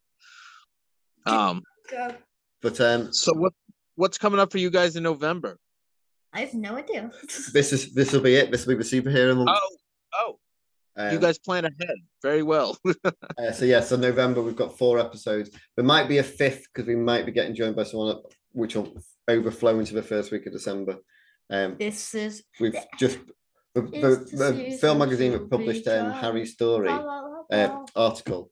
[SPEAKER 3] Um.
[SPEAKER 1] Go.
[SPEAKER 2] But um,
[SPEAKER 3] So what what's coming up for you guys in November?
[SPEAKER 1] I have no idea.
[SPEAKER 2] this is this will be it. This will be the superhero month.
[SPEAKER 3] Oh, oh,
[SPEAKER 2] Um,
[SPEAKER 3] you guys plan ahead very well. [LAUGHS]
[SPEAKER 2] Uh, so yeah, so November we've got four episodes. There might be a fifth because we might be getting joined by someone which will overflow into the first week of December. Um,
[SPEAKER 1] [LAUGHS] this is
[SPEAKER 2] we've just the,
[SPEAKER 1] It's
[SPEAKER 2] the, the
[SPEAKER 1] the
[SPEAKER 2] film
[SPEAKER 1] season
[SPEAKER 2] magazine
[SPEAKER 1] to
[SPEAKER 2] that published
[SPEAKER 1] be Oh,
[SPEAKER 2] um,
[SPEAKER 1] tried.
[SPEAKER 2] Harry's story
[SPEAKER 1] La, la, la,
[SPEAKER 2] uh,
[SPEAKER 1] la.
[SPEAKER 2] article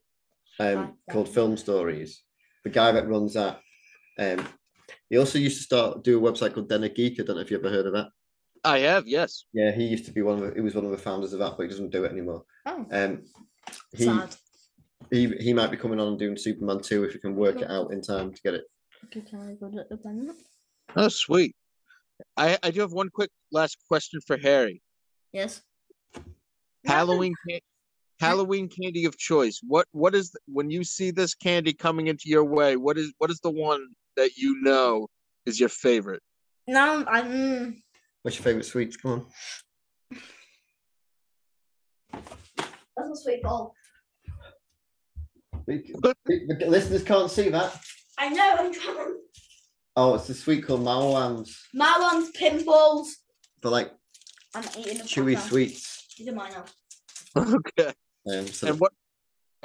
[SPEAKER 2] um,
[SPEAKER 1] Like
[SPEAKER 2] called
[SPEAKER 1] that.
[SPEAKER 2] Film Stories. The guy that runs that, um, he also used to start do a website called Den of Geek. I don't know if you ever heard of that.
[SPEAKER 3] I have yes.
[SPEAKER 2] Yeah, he used to be one of the, he was one of the founders of that, but he doesn't do it anymore.
[SPEAKER 1] Oh,
[SPEAKER 2] Um, he
[SPEAKER 1] sad.
[SPEAKER 2] he he might be coming on and doing Superman 2 if we can work it out in time to get it.
[SPEAKER 1] Okay, can I go to the planet?
[SPEAKER 3] Oh, sweet. I I do have one quick last question for Harry.
[SPEAKER 1] Yes.
[SPEAKER 3] Halloween can- Halloween candy of choice. What what is when you see this candy coming into your way? What is what is the one that you know is your
[SPEAKER 2] [LAUGHS]
[SPEAKER 3] favorite?
[SPEAKER 1] Now I'm. mm,
[SPEAKER 2] What's your favourite sweets? Come on.
[SPEAKER 1] That's a sweet ball.
[SPEAKER 2] The, the- the listeners can't see that.
[SPEAKER 1] I know. I'm trying.
[SPEAKER 2] Oh, it's a sweet called Malwams.
[SPEAKER 1] My one's pinballs.
[SPEAKER 2] They're like
[SPEAKER 1] I'm eating the
[SPEAKER 2] chewy
[SPEAKER 1] popcorn.
[SPEAKER 2] sweets.
[SPEAKER 1] These are mine now.
[SPEAKER 3] Okay.
[SPEAKER 2] Um, so
[SPEAKER 3] And what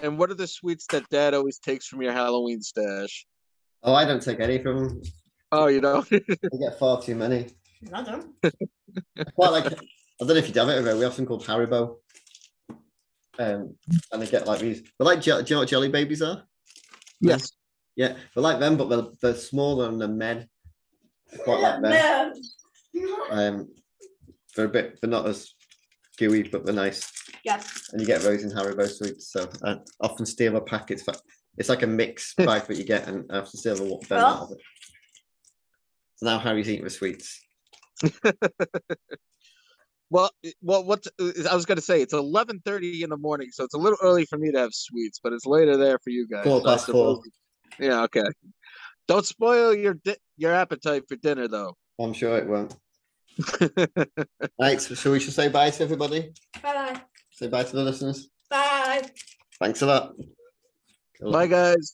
[SPEAKER 3] and what are the sweets that Dad always takes from your Halloween stash?
[SPEAKER 2] oh, I don't take any from them.
[SPEAKER 3] Oh, you know. [LAUGHS]
[SPEAKER 2] I get far too many.
[SPEAKER 1] I don't.
[SPEAKER 2] I quite like. I don't know if you'd have it over. We have some called Haribo. Um, and they get like these. But like, je- do you know what jelly babies are?
[SPEAKER 3] yes.
[SPEAKER 2] Yeah, they're like them, but they're, they're smaller and they're men. I quite like them.
[SPEAKER 1] No.
[SPEAKER 2] Um, they're a bit, they're not as gooey, but they're nice.
[SPEAKER 1] Yeah.
[SPEAKER 2] And you get those in Haribo sweets. So I often steal a packet. It's like, it's like a mixed bag that you get, and I have to steal a what
[SPEAKER 1] Oh.
[SPEAKER 2] out of it. So now Harry's eating the sweets.
[SPEAKER 3] Well, it- well, what uh, I was going to say, it's eleven thirty in the morning, so it's a little early for me to have sweets, but it's later there for you guys.
[SPEAKER 2] Four
[SPEAKER 3] so I
[SPEAKER 2] past four.
[SPEAKER 3] suppose- Yeah, okay. Don't spoil your di- your appetite for dinner, though.
[SPEAKER 2] I'm sure it won't. Right, so, so we should say bye to everybody.
[SPEAKER 1] [LAUGHS] Bye.
[SPEAKER 2] Say bye to the listeners.
[SPEAKER 1] Bye.
[SPEAKER 2] Thanks a lot.
[SPEAKER 3] Bye, guys.